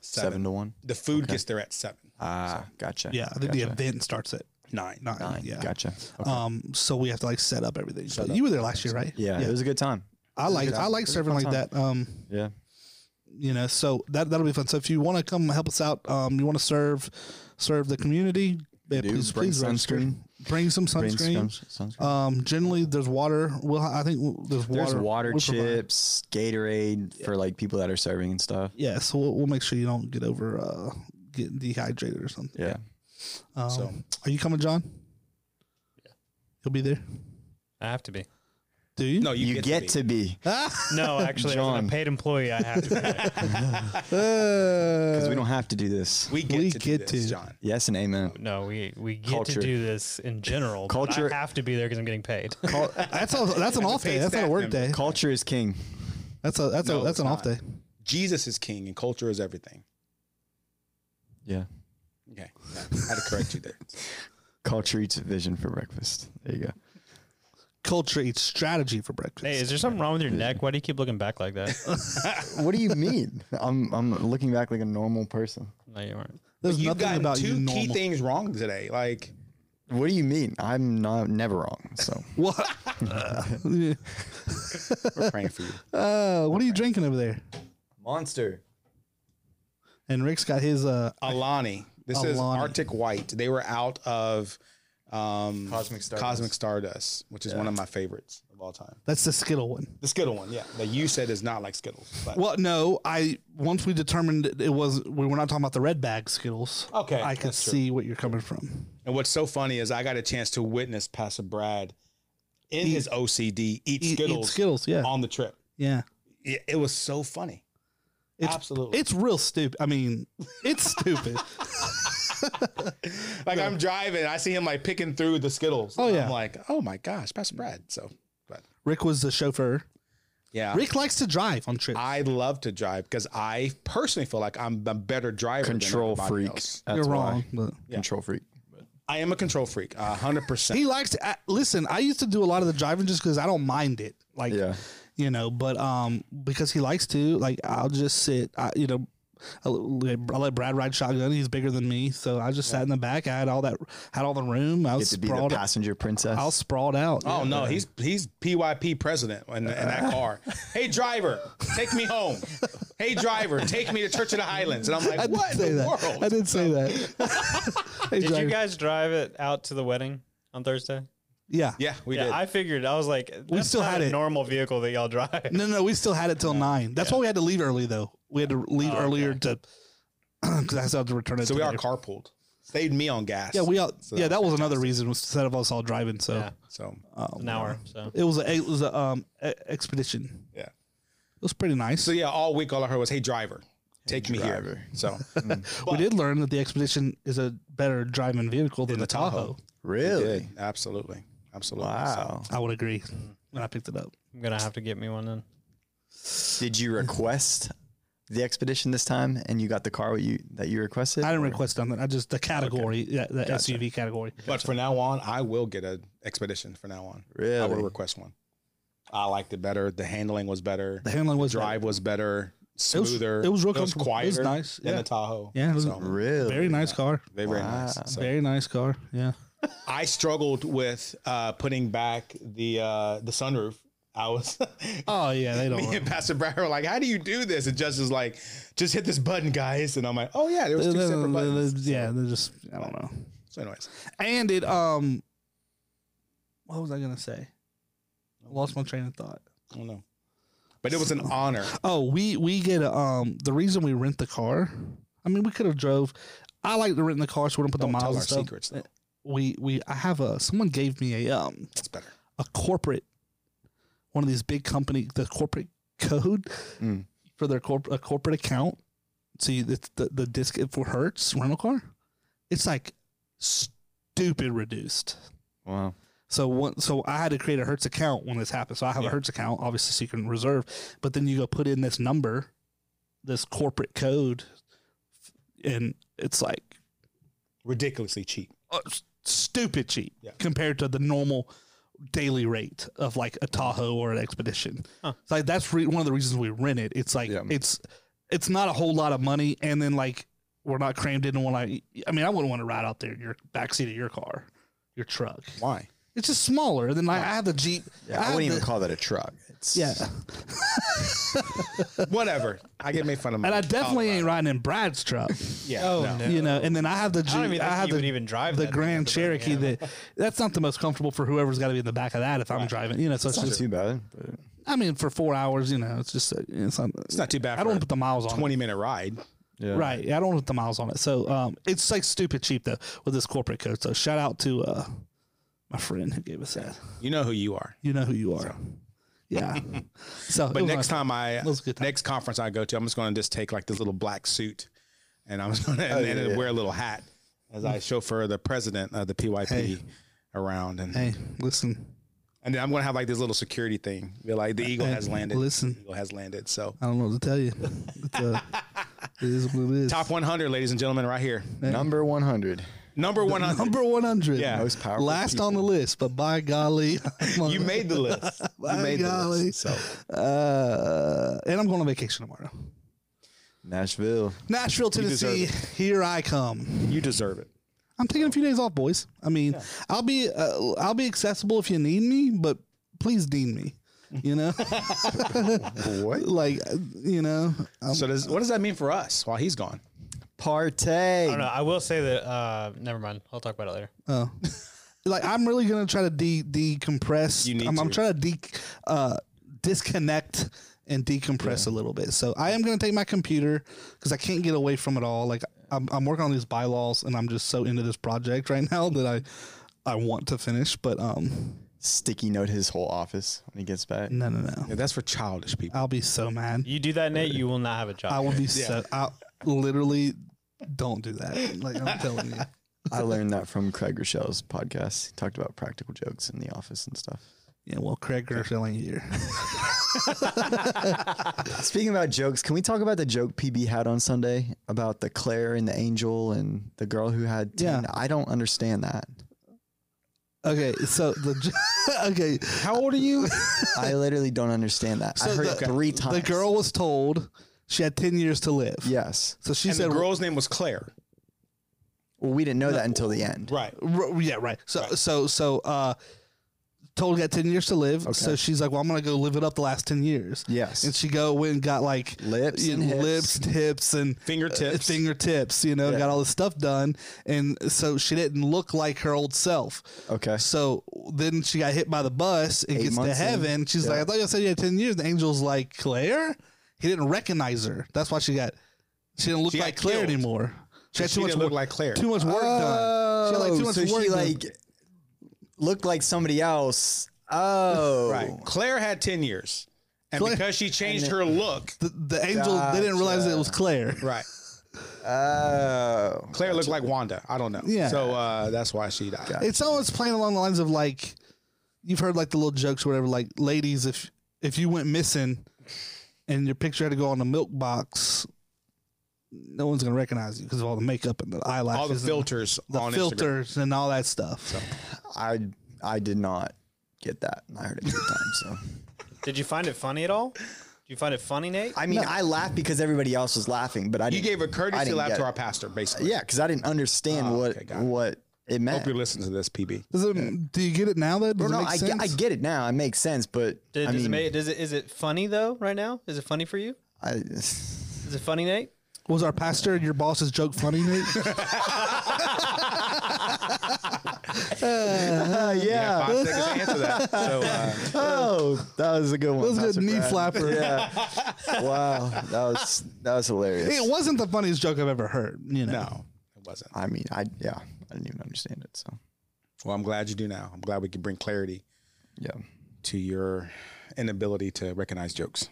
[SPEAKER 3] Seven,
[SPEAKER 2] Seven.
[SPEAKER 3] to one.
[SPEAKER 2] The food
[SPEAKER 3] Okay.
[SPEAKER 2] gets there at seven,
[SPEAKER 3] Ah, gotcha.
[SPEAKER 1] Yeah, I think the
[SPEAKER 3] gotcha.
[SPEAKER 1] event starts at
[SPEAKER 2] nine.
[SPEAKER 1] nine.
[SPEAKER 3] Nine.
[SPEAKER 1] Yeah.
[SPEAKER 3] Gotcha. Okay.
[SPEAKER 1] Um, so we have to like set up everything.
[SPEAKER 2] Set
[SPEAKER 1] But
[SPEAKER 2] up.
[SPEAKER 1] you were there last year, right?
[SPEAKER 3] yeah, it was a good time.
[SPEAKER 1] I like I
[SPEAKER 3] It
[SPEAKER 1] like
[SPEAKER 3] was a
[SPEAKER 1] serving
[SPEAKER 3] fun
[SPEAKER 1] like that. Um,
[SPEAKER 3] Yeah.
[SPEAKER 1] you know, so that that'll be fun. So if you want to come help us out, um, you want to serve serve the community, yeah,
[SPEAKER 3] do.
[SPEAKER 1] please
[SPEAKER 3] Bring
[SPEAKER 1] please register.
[SPEAKER 3] sunscreen.
[SPEAKER 1] Bring some
[SPEAKER 3] Green
[SPEAKER 1] sunscreen.
[SPEAKER 3] scrums- sunscreen.
[SPEAKER 1] Um, generally there's water. Well, I think there's water.
[SPEAKER 3] There's water
[SPEAKER 1] we provide.
[SPEAKER 3] chips, Gatorade for like people that are serving and stuff.
[SPEAKER 1] Yeah, so we'll, we'll make sure you don't get over uh getting dehydrated or something.
[SPEAKER 3] Yeah.
[SPEAKER 1] Um,
[SPEAKER 2] So-
[SPEAKER 1] are you coming, John? You'll be there.
[SPEAKER 4] I have to be.
[SPEAKER 1] Do you? Ah!
[SPEAKER 2] No, you,
[SPEAKER 3] You, get, to be
[SPEAKER 4] No, actually, as
[SPEAKER 3] John.
[SPEAKER 4] a paid employee, I have to. Be.
[SPEAKER 3] because we don't have to do this.
[SPEAKER 2] We get
[SPEAKER 1] We
[SPEAKER 2] to
[SPEAKER 1] get
[SPEAKER 2] get this,
[SPEAKER 1] to.
[SPEAKER 2] John.
[SPEAKER 3] Yes and amen.
[SPEAKER 4] No, we we get
[SPEAKER 3] Culture.
[SPEAKER 4] to do this in general.
[SPEAKER 3] Culture-
[SPEAKER 4] Culture. I have to be there because I'm getting paid.
[SPEAKER 1] that's a, that's an off day.
[SPEAKER 2] paid
[SPEAKER 1] That's not a
[SPEAKER 2] staff
[SPEAKER 1] work day.
[SPEAKER 3] Culture is king.
[SPEAKER 1] That's a that's
[SPEAKER 2] No,
[SPEAKER 1] a that's
[SPEAKER 2] it's
[SPEAKER 1] an off day.
[SPEAKER 2] not. Jesus is king, and culture is everything.
[SPEAKER 3] Yeah.
[SPEAKER 2] Okay, I had to correct you there.
[SPEAKER 3] Culture eats vision for breakfast. There you go.
[SPEAKER 1] Culture eats strategy for breakfast.
[SPEAKER 4] hey, is there something wrong with your neck? Why do you keep looking back like that?
[SPEAKER 3] What do you mean? I'm I'm looking back like a normal person.
[SPEAKER 4] no, you aren't.
[SPEAKER 1] There's
[SPEAKER 2] You've
[SPEAKER 1] nothing
[SPEAKER 2] gotten
[SPEAKER 1] about you
[SPEAKER 2] two key
[SPEAKER 1] normal.
[SPEAKER 2] things wrong today. Like
[SPEAKER 3] What do you mean? I'm not never wrong. So
[SPEAKER 1] What?
[SPEAKER 2] we're praying for you.
[SPEAKER 1] uh, what are you drinking over there?
[SPEAKER 3] monster.
[SPEAKER 1] And Rick's got his uh
[SPEAKER 2] Alani. This is
[SPEAKER 1] Alani.
[SPEAKER 2] Arctic White. They were out of um,
[SPEAKER 3] Cosmic Stardust.
[SPEAKER 2] Cosmic Stardust, which is one of my favorites of all time.
[SPEAKER 1] that's the Skittle one.
[SPEAKER 2] The Skittle one, yeah, that you said is not like Skittles. But
[SPEAKER 1] Well, no, I once we determined it was we were not talking about the red bag Skittles.
[SPEAKER 2] Okay,
[SPEAKER 1] I could
[SPEAKER 2] that's true.
[SPEAKER 1] see what you're coming from.
[SPEAKER 2] and what's so funny is I got a chance to witness Pastor Brad in his OCD eat
[SPEAKER 1] Eat- eat
[SPEAKER 2] Skittles,
[SPEAKER 1] Skittles, yeah.
[SPEAKER 2] on the trip.
[SPEAKER 1] Yeah.
[SPEAKER 2] It, it was so funny.
[SPEAKER 1] It's-
[SPEAKER 2] Absolutely.
[SPEAKER 1] It's real stupid. I mean, it's stupid.
[SPEAKER 2] like I'm driving, I see him like picking through the Skittles.
[SPEAKER 1] Oh,
[SPEAKER 2] and
[SPEAKER 1] yeah.
[SPEAKER 2] I'm like, oh my gosh, Pastor Brad. So, but
[SPEAKER 1] Rick was the chauffeur.
[SPEAKER 2] yeah,
[SPEAKER 1] Rick likes to drive on trips.
[SPEAKER 2] I love to drive because I personally feel like I'm a better driver.
[SPEAKER 3] Control
[SPEAKER 2] than everybody
[SPEAKER 3] freak.
[SPEAKER 2] Else.
[SPEAKER 3] That's
[SPEAKER 1] you're wrong.
[SPEAKER 3] why.
[SPEAKER 1] but-
[SPEAKER 3] Control freak.
[SPEAKER 2] I am a control freak, a hundred percent.
[SPEAKER 1] He likes to uh, listen. I used to do a lot of the driving just because I don't mind it. Like,
[SPEAKER 3] Yeah.
[SPEAKER 1] you know, but um, because he likes to, like, I'll just sit. I, you know, I let Brad ride shotgun. He's bigger than me, so I just sat in the back. I had all that, had all the room. I
[SPEAKER 3] Get
[SPEAKER 1] was
[SPEAKER 3] to be the
[SPEAKER 1] sprawled.
[SPEAKER 3] passenger princess.
[SPEAKER 1] I was sprawled out.
[SPEAKER 2] Oh no, he's he's PYP president in, in that car. Hey driver, take me home. Hey driver, take me to Church of the Highlands. And I'm like,
[SPEAKER 1] I didn't
[SPEAKER 2] what in
[SPEAKER 1] say
[SPEAKER 2] the
[SPEAKER 1] that.
[SPEAKER 2] world?
[SPEAKER 1] I didn't say that. Hey,
[SPEAKER 4] Did
[SPEAKER 1] driver.
[SPEAKER 4] you guys drive it out to the wedding on Thursday?
[SPEAKER 1] yeah.
[SPEAKER 2] yeah, we
[SPEAKER 4] yeah,
[SPEAKER 2] did.
[SPEAKER 4] I figured. I was like, we
[SPEAKER 1] still had
[SPEAKER 4] a
[SPEAKER 1] it.
[SPEAKER 4] normal vehicle that y'all drive.
[SPEAKER 1] No, no, we still had it till nine. That's why we had to leave early, though. We had to leave
[SPEAKER 4] Oh,
[SPEAKER 1] earlier to because I still had to return it.
[SPEAKER 2] So we
[SPEAKER 1] today.
[SPEAKER 2] all carpooled. Saved me on gas.
[SPEAKER 1] yeah, we all
[SPEAKER 2] So
[SPEAKER 1] yeah.
[SPEAKER 2] that
[SPEAKER 1] That was
[SPEAKER 2] was
[SPEAKER 1] another reason was instead of us all driving. So
[SPEAKER 4] Yeah.
[SPEAKER 2] so
[SPEAKER 1] um,
[SPEAKER 4] an hour. So
[SPEAKER 1] It was a it was a um e- expedition.
[SPEAKER 2] Yeah.
[SPEAKER 1] it was pretty nice.
[SPEAKER 2] so yeah, all week all I heard was, "Hey driver, take me here."
[SPEAKER 3] driver.
[SPEAKER 2] So
[SPEAKER 1] we did learn that the expedition is a better driving vehicle than the
[SPEAKER 2] the
[SPEAKER 1] Tahoe.
[SPEAKER 2] Tahoe. we
[SPEAKER 3] Really?
[SPEAKER 2] did. absolutely, absolutely.
[SPEAKER 3] Wow.
[SPEAKER 1] I would agree
[SPEAKER 2] Mm-hmm.
[SPEAKER 1] when I picked it up.
[SPEAKER 4] I'm gonna have to get me one then.
[SPEAKER 3] Did you request the expedition this time, and you got the car what you that you requested?
[SPEAKER 1] I didn't
[SPEAKER 3] or-
[SPEAKER 1] request something. I just the category, yeah, the SUV category.
[SPEAKER 2] So, but for now on, I will get an expedition. For now on, I
[SPEAKER 3] Really?
[SPEAKER 2] will request one. I liked it better. The handling was better.
[SPEAKER 1] The handling was
[SPEAKER 2] drive was better,
[SPEAKER 1] It was-
[SPEAKER 2] smoother.
[SPEAKER 1] It was real
[SPEAKER 2] it was
[SPEAKER 1] comfortable. It was
[SPEAKER 2] quieter
[SPEAKER 1] nice.
[SPEAKER 2] than
[SPEAKER 1] Yeah,
[SPEAKER 2] the Tahoe.
[SPEAKER 1] yeah, it was
[SPEAKER 2] So,
[SPEAKER 3] Really?
[SPEAKER 1] very nice car.
[SPEAKER 2] very very nice.
[SPEAKER 3] Wow.
[SPEAKER 2] So,
[SPEAKER 1] Very nice car. Yeah.
[SPEAKER 2] I struggled with uh, putting back the uh, the sunroof. I was
[SPEAKER 1] Oh yeah, they don't.
[SPEAKER 2] me and Pastor Brad were like, "How do you do this?" And Judge is like, "Just hit this button, guys." And I'm like, "Oh yeah, there was two
[SPEAKER 1] Uh,
[SPEAKER 2] separate buttons."
[SPEAKER 1] yeah, they're just I don't know.
[SPEAKER 2] So anyways,
[SPEAKER 1] And it um, what was I gonna say? I lost my train of thought.
[SPEAKER 2] I don't know, but it was an honor.
[SPEAKER 1] Oh, we we get a, um the reason we rent the car. I mean, we could have drove. I like to rent the car, so we don't put
[SPEAKER 2] Don't
[SPEAKER 1] the
[SPEAKER 2] tell
[SPEAKER 1] miles
[SPEAKER 2] our
[SPEAKER 1] and stuff.
[SPEAKER 2] secrets though.
[SPEAKER 1] We we I have a someone gave me a um
[SPEAKER 2] That's better.
[SPEAKER 1] a corporate one of these big company the corporate code
[SPEAKER 3] Mm.
[SPEAKER 1] for their corp- a corporate account. See, it's the the disc for Hertz rental car. It's like stupid reduced.
[SPEAKER 3] Wow.
[SPEAKER 1] So one, so I had to create a Hertz account when this happened. So I have a
[SPEAKER 2] Yeah.
[SPEAKER 1] Hertz account, obviously secret and reserve. But then you go put in this number, this corporate code, and it's like
[SPEAKER 2] Ridiculously cheap.
[SPEAKER 1] uh, s- stupid cheap
[SPEAKER 2] Yeah.
[SPEAKER 1] compared to the normal daily rate of like a Tahoe or an Expedition.
[SPEAKER 4] Huh.
[SPEAKER 1] It's like that's re- one of the reasons we rent it. It's like
[SPEAKER 3] Yeah.
[SPEAKER 1] it's it's not a whole lot of money, and then like we're not crammed into one. I I mean, I wouldn't want to ride out there in your backseat of your car, your truck.
[SPEAKER 2] Why?
[SPEAKER 1] It's just smaller than like I have the Jeep.
[SPEAKER 3] Yeah, I
[SPEAKER 1] have
[SPEAKER 3] wouldn't
[SPEAKER 1] the-
[SPEAKER 3] even call that a truck. It's
[SPEAKER 1] Yeah,
[SPEAKER 2] Whatever. I get made fun of.
[SPEAKER 1] and I
[SPEAKER 2] my-
[SPEAKER 1] definitely
[SPEAKER 2] all the
[SPEAKER 1] ain't riding in Brad's truck,
[SPEAKER 2] time. Yeah. Oh, no.
[SPEAKER 1] you know. And then I have the Jeep.
[SPEAKER 4] I
[SPEAKER 1] I,
[SPEAKER 4] don't even think
[SPEAKER 1] have
[SPEAKER 4] you would
[SPEAKER 1] the,
[SPEAKER 4] even drive
[SPEAKER 1] the
[SPEAKER 4] that thing
[SPEAKER 1] Grand
[SPEAKER 4] at the very
[SPEAKER 1] Cherokee.
[SPEAKER 4] end.
[SPEAKER 1] That that's not the most comfortable for whoever's got to be in the back of that if I'm driving. You know, so it's,
[SPEAKER 3] it's not
[SPEAKER 1] just.
[SPEAKER 3] too bad. But
[SPEAKER 1] I mean, for four hours, you know, it's just uh, it's not.
[SPEAKER 2] It's not too bad.
[SPEAKER 1] I don't
[SPEAKER 2] for
[SPEAKER 1] want to put the miles on.
[SPEAKER 2] a
[SPEAKER 1] it.
[SPEAKER 2] twenty minute ride.
[SPEAKER 3] yeah.
[SPEAKER 1] Right. Yeah, I don't want to put the miles on it. So um, it's like stupid cheap though with this corporate code. So shout out to uh, my friend who gave us that.
[SPEAKER 2] You know who you are.
[SPEAKER 1] You know who you are. Yeah. so
[SPEAKER 2] But next time I
[SPEAKER 1] was a good time.
[SPEAKER 2] next conference I go to, I'm just going to just take like this little black suit, and I'm just going
[SPEAKER 1] Oh,
[SPEAKER 2] to and
[SPEAKER 3] yeah,
[SPEAKER 2] then
[SPEAKER 3] yeah.
[SPEAKER 2] wear a little hat as I chauffeur the president of the PYP around, and
[SPEAKER 1] hey, listen,
[SPEAKER 2] and then I'm going to have like this little security thing. Be like the eagle
[SPEAKER 1] Hey,
[SPEAKER 2] has landed.
[SPEAKER 1] listen.
[SPEAKER 2] the eagle has landed. So
[SPEAKER 1] I don't know what to tell you. It's, uh, it is what it is.
[SPEAKER 2] top 100, ladies and gentlemen, right here,
[SPEAKER 3] Number one hundred.
[SPEAKER 2] number 100.
[SPEAKER 1] number one hundred.
[SPEAKER 2] Yeah.
[SPEAKER 3] Most powerful.
[SPEAKER 1] Last on the list, but by golly, I'm on
[SPEAKER 2] you
[SPEAKER 1] it.
[SPEAKER 2] made the list. You
[SPEAKER 1] By
[SPEAKER 2] made the
[SPEAKER 1] golly.
[SPEAKER 2] list. So
[SPEAKER 1] Uh, and I'm going on vacation tomorrow.
[SPEAKER 3] Nashville.
[SPEAKER 1] Nashville,
[SPEAKER 2] deserve
[SPEAKER 1] Tennessee.
[SPEAKER 2] it.
[SPEAKER 1] Here I come.
[SPEAKER 2] you deserve it.
[SPEAKER 1] I'm taking a few days off, boys. I mean, I'll be uh, I'll be accessible if you need me, but please dean me. You know,
[SPEAKER 3] What?
[SPEAKER 1] like uh, you know, um,
[SPEAKER 2] So does what does that mean for us while he's gone?
[SPEAKER 3] Partay.
[SPEAKER 4] I don't know. I will say that. Uh, never mind. I'll talk about it later.
[SPEAKER 1] oh. like I'm really gonna try to de decompress.
[SPEAKER 2] You need
[SPEAKER 1] I'm, I'm
[SPEAKER 2] to.
[SPEAKER 1] trying to de uh, disconnect and decompress a little bit. So I am gonna take my computer because I can't get away from it all. Like I'm, I'm working on these bylaws, and I'm just so into this project right now that I I want to finish. But um,
[SPEAKER 3] Sticky note his whole office when he gets back.
[SPEAKER 1] no, no, no.
[SPEAKER 2] Yeah, that's for childish people.
[SPEAKER 1] I'll be so mad.
[SPEAKER 4] You do that, Nate. You will not have a job.
[SPEAKER 1] I will be so. I literally don't do that. Like I'm telling you.
[SPEAKER 3] I learned that from Craig Rochelle's podcast. He talked about practical jokes in the office and stuff.
[SPEAKER 1] Yeah, well, Craig Gershel ain't here.
[SPEAKER 3] Speaking about jokes, can we talk about the joke PB had on Sunday about the Claire and the angel and the girl who had 10?
[SPEAKER 1] Yeah.
[SPEAKER 3] I don't understand that.
[SPEAKER 1] Okay, so the j- okay,
[SPEAKER 2] How old are you?
[SPEAKER 3] I literally don't understand that. I
[SPEAKER 1] So
[SPEAKER 3] heard
[SPEAKER 1] the-
[SPEAKER 3] it three times.
[SPEAKER 1] the girl was told she had ten years to live.
[SPEAKER 3] Yes.
[SPEAKER 1] So she
[SPEAKER 2] and
[SPEAKER 1] said,
[SPEAKER 2] the girl's name was Claire.
[SPEAKER 3] Well, we didn't know that until the end.
[SPEAKER 2] Right.
[SPEAKER 1] R- "Yeah, right." So so so uh, told got ten years to live. So she's like, "Well, I'm gonna go live it up the last ten years."
[SPEAKER 3] Yes.
[SPEAKER 1] And she go went and got like
[SPEAKER 3] Lips
[SPEAKER 1] you
[SPEAKER 3] and
[SPEAKER 1] know,
[SPEAKER 3] hips.
[SPEAKER 1] lips, hips, and uh,
[SPEAKER 2] Fingertips.
[SPEAKER 1] fingertips. You know,
[SPEAKER 3] Yeah.
[SPEAKER 1] got all this stuff done, and so she didn't look like her old self.
[SPEAKER 3] Okay.
[SPEAKER 1] So then she got hit by the bus and
[SPEAKER 3] Eight
[SPEAKER 1] gets to
[SPEAKER 3] months in.
[SPEAKER 1] heaven. She's like, I
[SPEAKER 3] Yeah.
[SPEAKER 1] thought you said you had 10 years. The angel's like, Claire? He didn't recognize her. That's why she got. She didn't look
[SPEAKER 2] She got
[SPEAKER 1] like Claire
[SPEAKER 2] killed.
[SPEAKER 1] anymore. She had
[SPEAKER 2] She
[SPEAKER 1] too much
[SPEAKER 2] didn't
[SPEAKER 1] work.
[SPEAKER 2] look like Claire.
[SPEAKER 1] too much work done. She had like too
[SPEAKER 3] Oh,
[SPEAKER 1] much
[SPEAKER 3] so
[SPEAKER 1] work.
[SPEAKER 3] she
[SPEAKER 1] done.
[SPEAKER 3] like looked like somebody else. Oh,
[SPEAKER 2] Right. Claire had 10 years. And
[SPEAKER 1] Claire-
[SPEAKER 2] because she changed her look,
[SPEAKER 1] the, the angel. They didn't realize it was Claire.
[SPEAKER 2] right.
[SPEAKER 3] Oh,
[SPEAKER 2] Claire looked like Wanda. I don't know.
[SPEAKER 1] Yeah.
[SPEAKER 2] So uh, that's why she died.
[SPEAKER 1] It's almost playing along the lines of like you've heard like the little jokes or whatever, like ladies, if if you went missing and your picture had to go on the milk box, no one's gonna recognize you because of all the makeup and the eyelashes,
[SPEAKER 2] All the
[SPEAKER 1] and
[SPEAKER 2] filters
[SPEAKER 1] the
[SPEAKER 2] on Instagram.
[SPEAKER 1] filters, and all that stuff.
[SPEAKER 3] I I did not get that. and I heard it a few times. So
[SPEAKER 4] Did you find it funny at all? Did you find it funny, Nate?
[SPEAKER 3] I mean, I laughed because everybody else was laughing, but I
[SPEAKER 2] You
[SPEAKER 3] didn't,
[SPEAKER 2] gave a
[SPEAKER 3] I
[SPEAKER 2] courtesy
[SPEAKER 3] didn't
[SPEAKER 2] lap
[SPEAKER 3] get
[SPEAKER 2] to our
[SPEAKER 3] it.
[SPEAKER 2] pastor, basically.
[SPEAKER 3] yeah, because I didn't understand
[SPEAKER 2] Oh,
[SPEAKER 3] what
[SPEAKER 2] okay, got it.
[SPEAKER 3] what it
[SPEAKER 2] I hope
[SPEAKER 3] meant.
[SPEAKER 2] you listen to this, PB.
[SPEAKER 1] Does it, Do you get it now? That does
[SPEAKER 3] Well,
[SPEAKER 1] it
[SPEAKER 3] no,
[SPEAKER 1] make
[SPEAKER 3] I,
[SPEAKER 1] sense?
[SPEAKER 3] get, I get it now. It makes sense, but
[SPEAKER 4] Did,
[SPEAKER 3] I
[SPEAKER 4] does
[SPEAKER 3] mean,
[SPEAKER 4] it make, does it is it funny though right now? Is it funny for you?
[SPEAKER 3] I, uh,
[SPEAKER 4] Is it funny, Nate?
[SPEAKER 1] Was our pastor and your boss's joke funny, Nate?
[SPEAKER 3] Uh,
[SPEAKER 2] Yeah,
[SPEAKER 3] yeah.
[SPEAKER 2] five seconds to answer that. So, uh,
[SPEAKER 3] Oh, that was a good one.
[SPEAKER 1] That was a good
[SPEAKER 3] Pastor
[SPEAKER 1] knee
[SPEAKER 3] Brad.
[SPEAKER 1] flapper.
[SPEAKER 3] Yeah. wow, that was that was hilarious.
[SPEAKER 1] it wasn't the funniest joke I've ever heard. You know,
[SPEAKER 2] no, it wasn't.
[SPEAKER 3] I mean, I yeah, I didn't even understand it. So
[SPEAKER 2] Well, I'm glad you do now. I'm glad we can bring clarity
[SPEAKER 3] yeah,
[SPEAKER 2] to your inability to recognize jokes.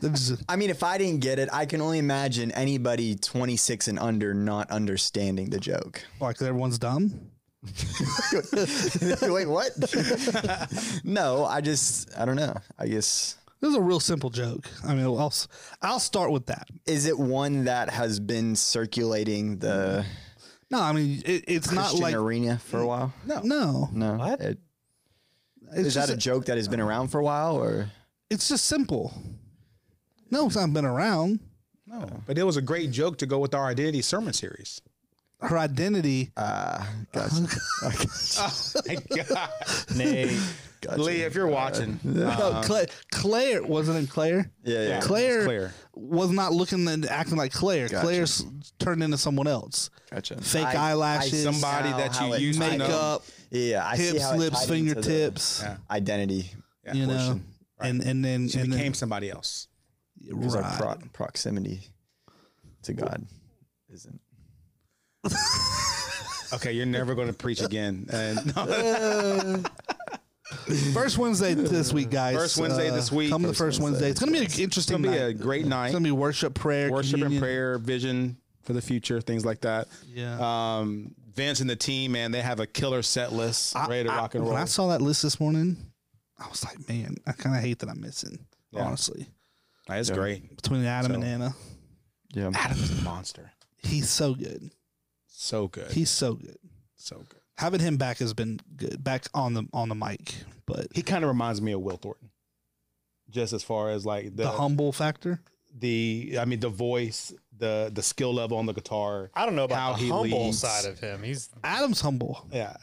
[SPEAKER 1] That was-
[SPEAKER 3] I mean, if I didn't get it, I can only imagine anybody 26 and under not understanding the joke.
[SPEAKER 1] like everyone's dumb.
[SPEAKER 3] Wait, what? no, I just I don't know. I guess
[SPEAKER 1] This is a real simple joke. I mean, I'll s- I'll start with that.
[SPEAKER 3] is it one that has been circulating the
[SPEAKER 1] No, I mean it, it's not
[SPEAKER 3] Christian
[SPEAKER 1] like
[SPEAKER 3] arena for a while?
[SPEAKER 1] no.
[SPEAKER 3] No,
[SPEAKER 4] What?
[SPEAKER 3] It-
[SPEAKER 1] It's
[SPEAKER 3] is that
[SPEAKER 1] just,
[SPEAKER 3] a joke that has been around for a while or?
[SPEAKER 1] It's just simple. No, it's not been around.
[SPEAKER 2] No, but it was a great joke to go with our identity sermon series.
[SPEAKER 1] Her identity.
[SPEAKER 3] Uh, gotcha.
[SPEAKER 2] Thank God. Uh,
[SPEAKER 4] Nate.
[SPEAKER 3] Gotcha.
[SPEAKER 2] Lee, if you're watching,
[SPEAKER 3] Uh-huh.
[SPEAKER 2] uh,
[SPEAKER 1] no, Claire, Claire wasn't it Claire.
[SPEAKER 3] yeah, yeah.
[SPEAKER 1] Claire,
[SPEAKER 2] Claire.
[SPEAKER 1] was not looking and acting like Claire. Claire's turned into someone else.
[SPEAKER 3] Gotcha.
[SPEAKER 1] Fake
[SPEAKER 3] I- I-
[SPEAKER 1] eyelashes,
[SPEAKER 2] somebody
[SPEAKER 3] Now,
[SPEAKER 2] that
[SPEAKER 3] how
[SPEAKER 2] you
[SPEAKER 3] it
[SPEAKER 2] used to
[SPEAKER 3] tied
[SPEAKER 2] know.
[SPEAKER 1] makeup,
[SPEAKER 3] Yeah, I see
[SPEAKER 1] hips,
[SPEAKER 3] how it
[SPEAKER 1] lips,
[SPEAKER 3] tied into the
[SPEAKER 1] fingertips.
[SPEAKER 2] Yeah.
[SPEAKER 3] Identity.
[SPEAKER 1] You know,
[SPEAKER 3] portion.
[SPEAKER 1] and and then
[SPEAKER 2] She
[SPEAKER 1] and
[SPEAKER 2] became somebody else.
[SPEAKER 1] then,
[SPEAKER 3] Because
[SPEAKER 1] right.
[SPEAKER 3] our pro- proximity to God isn't.
[SPEAKER 2] Okay, you're never going to preach again. And no,
[SPEAKER 1] First Wednesday this week, guys. Uh,
[SPEAKER 2] First Wednesday this week.
[SPEAKER 1] Come the
[SPEAKER 2] First
[SPEAKER 1] first Wednesday. It's gonna be an
[SPEAKER 2] it's
[SPEAKER 1] interesting
[SPEAKER 2] going to be a
[SPEAKER 1] night.
[SPEAKER 2] great
[SPEAKER 1] it's
[SPEAKER 2] night.
[SPEAKER 1] gonna be worship, prayer,
[SPEAKER 2] Worship
[SPEAKER 1] communion.
[SPEAKER 2] and prayer, vision for the future, things like that.
[SPEAKER 1] Yeah.
[SPEAKER 2] Um, Vince and the team, man, they have a killer set list ready to
[SPEAKER 1] I-
[SPEAKER 2] rock and roll.
[SPEAKER 1] When I saw that list this morning, I was like, man, I kind of hate that I'm missing.
[SPEAKER 2] Yeah.
[SPEAKER 1] Honestly,
[SPEAKER 2] That's great.
[SPEAKER 1] between Adam and
[SPEAKER 2] So-
[SPEAKER 1] Anna,
[SPEAKER 3] Yeah.
[SPEAKER 2] Adam's a monster.
[SPEAKER 1] he's so good.
[SPEAKER 2] So good.
[SPEAKER 1] He's so good.
[SPEAKER 2] so good.
[SPEAKER 1] Having him back has been good. Back on the on the mic, but
[SPEAKER 2] He kind of reminds me of Will Thornton. Just as far as like
[SPEAKER 1] the humble factor.
[SPEAKER 2] the I mean the voice, the the skill level on the guitar.
[SPEAKER 4] I don't know
[SPEAKER 2] How
[SPEAKER 4] about
[SPEAKER 2] he
[SPEAKER 4] the humble
[SPEAKER 2] leads.
[SPEAKER 4] side of him. He's
[SPEAKER 1] Adam's humble.
[SPEAKER 2] Yeah.